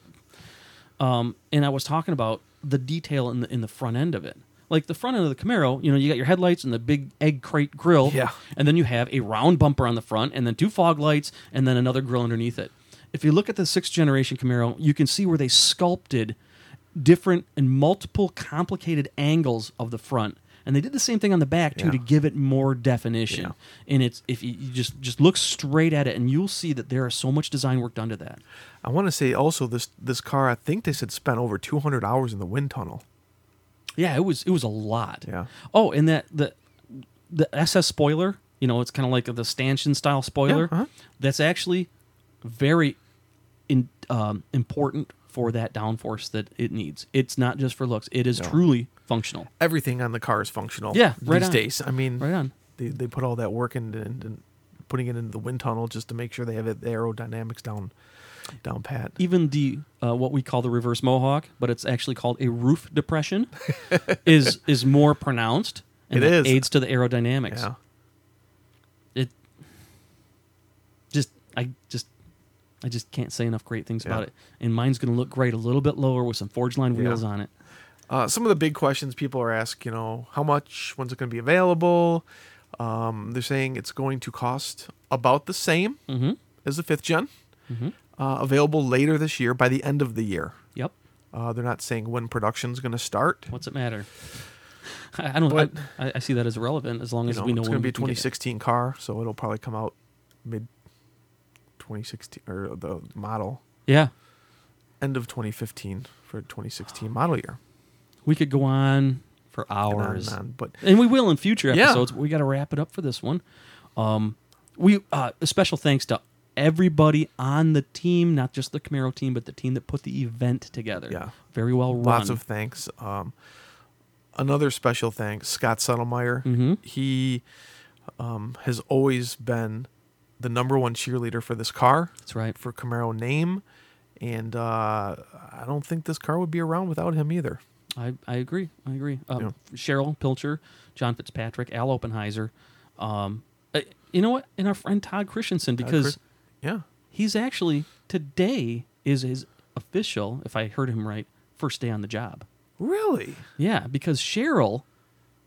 [SPEAKER 2] um, and I was talking about the detail in the in the front end of it, like the front end of the Camaro. You know, you got your headlights and the big egg crate grill.
[SPEAKER 1] Yeah.
[SPEAKER 2] And then you have a round bumper on the front, and then two fog lights, and then another grill underneath it. If you look at the sixth generation Camaro, you can see where they sculpted different and multiple complicated angles of the front. And they did the same thing on the back too
[SPEAKER 1] Yeah.
[SPEAKER 2] to give it more definition. And it's if you, you just just look straight at it, and you'll see that there is so much design work done to that.
[SPEAKER 1] I want to say also this this car I think they said spent over 200 hours in the wind tunnel.
[SPEAKER 2] Yeah, it was it was a lot.
[SPEAKER 1] Yeah.
[SPEAKER 2] Oh, and that the the SS spoiler, you know, it's kind of like the stanchion style spoiler.
[SPEAKER 1] uh-huh.
[SPEAKER 2] That's actually very in, um, important for that downforce that it needs. It's not just for looks; it is truly functional.
[SPEAKER 1] everything on the car is functional.
[SPEAKER 2] Yeah, right
[SPEAKER 1] these
[SPEAKER 2] on.
[SPEAKER 1] days. I mean,
[SPEAKER 2] Right on.
[SPEAKER 1] They, they put all that work into, into putting it into the wind tunnel just to make sure they have it, the aerodynamics down down pat.
[SPEAKER 2] even the uh, what we call the reverse mohawk, but it's actually called a roof depression, is is more pronounced. And
[SPEAKER 1] It
[SPEAKER 2] that
[SPEAKER 1] is.
[SPEAKER 2] aids to the aerodynamics.
[SPEAKER 1] Yeah,
[SPEAKER 2] It just I just I just can't say enough great things about
[SPEAKER 1] Yeah.
[SPEAKER 2] it. And mine's going to look great a little bit lower with some forged line wheels on it.
[SPEAKER 1] uh, some of the big questions people are asked, you know, how much? When's it going to be available? Um, they're saying it's going to cost about the same
[SPEAKER 2] Mm-hmm.
[SPEAKER 1] as the fifth general uh, available later this year by the end of the year.
[SPEAKER 2] Yep.
[SPEAKER 1] Uh, they're not saying when production's going to start.
[SPEAKER 2] What's it matter? I, I don't.
[SPEAKER 1] But-
[SPEAKER 2] I, I see that as irrelevant as long
[SPEAKER 1] you
[SPEAKER 2] as
[SPEAKER 1] know,
[SPEAKER 2] we know
[SPEAKER 1] it's
[SPEAKER 2] when
[SPEAKER 1] going to be
[SPEAKER 2] we
[SPEAKER 1] a
[SPEAKER 2] can get it.
[SPEAKER 1] 2016 car, so it'll probably come out mid 2016 or the model
[SPEAKER 2] Yeah,
[SPEAKER 1] end of 2015 for 2016 model year.
[SPEAKER 2] we could go on for
[SPEAKER 1] And on
[SPEAKER 2] hours.
[SPEAKER 1] and on. But
[SPEAKER 2] and we will in future
[SPEAKER 1] Yeah.
[SPEAKER 2] episodes. But we got to wrap it up for this one. Um, we uh, a special thanks to everybody on the team, not just the Camaro team, but the team that put the event together.
[SPEAKER 1] Yeah.
[SPEAKER 2] Very well run.
[SPEAKER 1] Lots of thanks. Um, another special thanks, Scott Settlemeyer. He um, has always been the number one cheerleader for this car,
[SPEAKER 2] That's right.
[SPEAKER 1] for Camaro name, and uh, I don't think this car would be around without him either.
[SPEAKER 2] I, I agree. I agree. Um, Cheryl Pilcher, John Fitzpatrick, Al Oppenheiser. Um, uh, you know what? And our friend Todd Christensen, because
[SPEAKER 1] Chris- yeah,
[SPEAKER 2] he's actually, today is his official, if I heard him right, first day on the job.
[SPEAKER 1] really.
[SPEAKER 2] Yeah, because Cheryl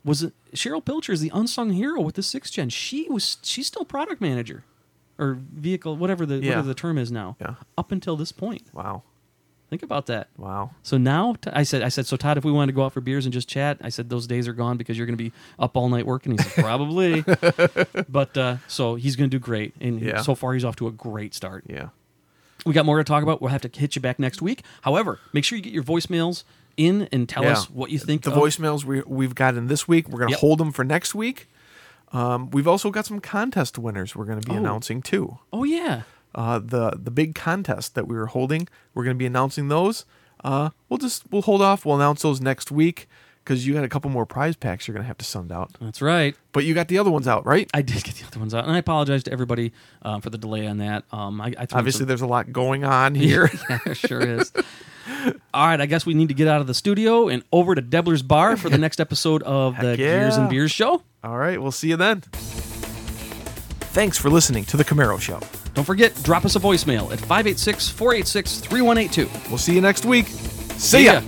[SPEAKER 2] was Cheryl Pilcher is the unsung hero with the sixth gen. She was she's still product manager or vehicle whatever the
[SPEAKER 1] Yeah.
[SPEAKER 2] whatever the term is now.
[SPEAKER 1] Yeah.
[SPEAKER 2] Up until this point,
[SPEAKER 1] Wow,
[SPEAKER 2] think about that.
[SPEAKER 1] wow.
[SPEAKER 2] So now t- I said I said so Todd, if we wanted to go out for beers and just chat, I said those days are gone because you're going to be up all night working. He said probably, but uh, so he's going to do great, and he-
[SPEAKER 1] Yeah.
[SPEAKER 2] so far he's off to a great start.
[SPEAKER 1] Yeah,
[SPEAKER 2] We got more to talk about. We'll have to hit you back next week. However, make sure you get your voicemails in and tell
[SPEAKER 1] yeah.
[SPEAKER 2] us what you think.
[SPEAKER 1] The
[SPEAKER 2] of-
[SPEAKER 1] voicemails we we've gotten this week, we're gonna
[SPEAKER 2] Uh, Yep.
[SPEAKER 1] hold them for next week. Um, we've also got some contest winners we're gonna be announcing too.
[SPEAKER 2] Oh yeah.
[SPEAKER 1] uh, the the big contest that we were holding. We're going to be announcing those. Uh, we'll just we'll hold off. We'll announce those next week because you got a couple more prize packs you're going to have to send out.
[SPEAKER 2] That's right.
[SPEAKER 1] But you got the other ones out, right?
[SPEAKER 2] I did get the other ones out, and I apologize to everybody um, for the delay on that. Um, I, I threw in
[SPEAKER 1] Obviously,
[SPEAKER 2] some-
[SPEAKER 1] there's a lot going on here.
[SPEAKER 2] yeah, there sure is. All right, I guess we need to get out of the studio and over to Debler's Bar for the next episode of the
[SPEAKER 1] Heck
[SPEAKER 2] Gears and
[SPEAKER 1] yeah.
[SPEAKER 2] Beers show.
[SPEAKER 1] All right, we'll see you then. Thanks for listening to the Camaro Show.
[SPEAKER 2] Don't forget, drop us a voicemail at 586 486 3182.
[SPEAKER 1] We'll see you next week. See, ya.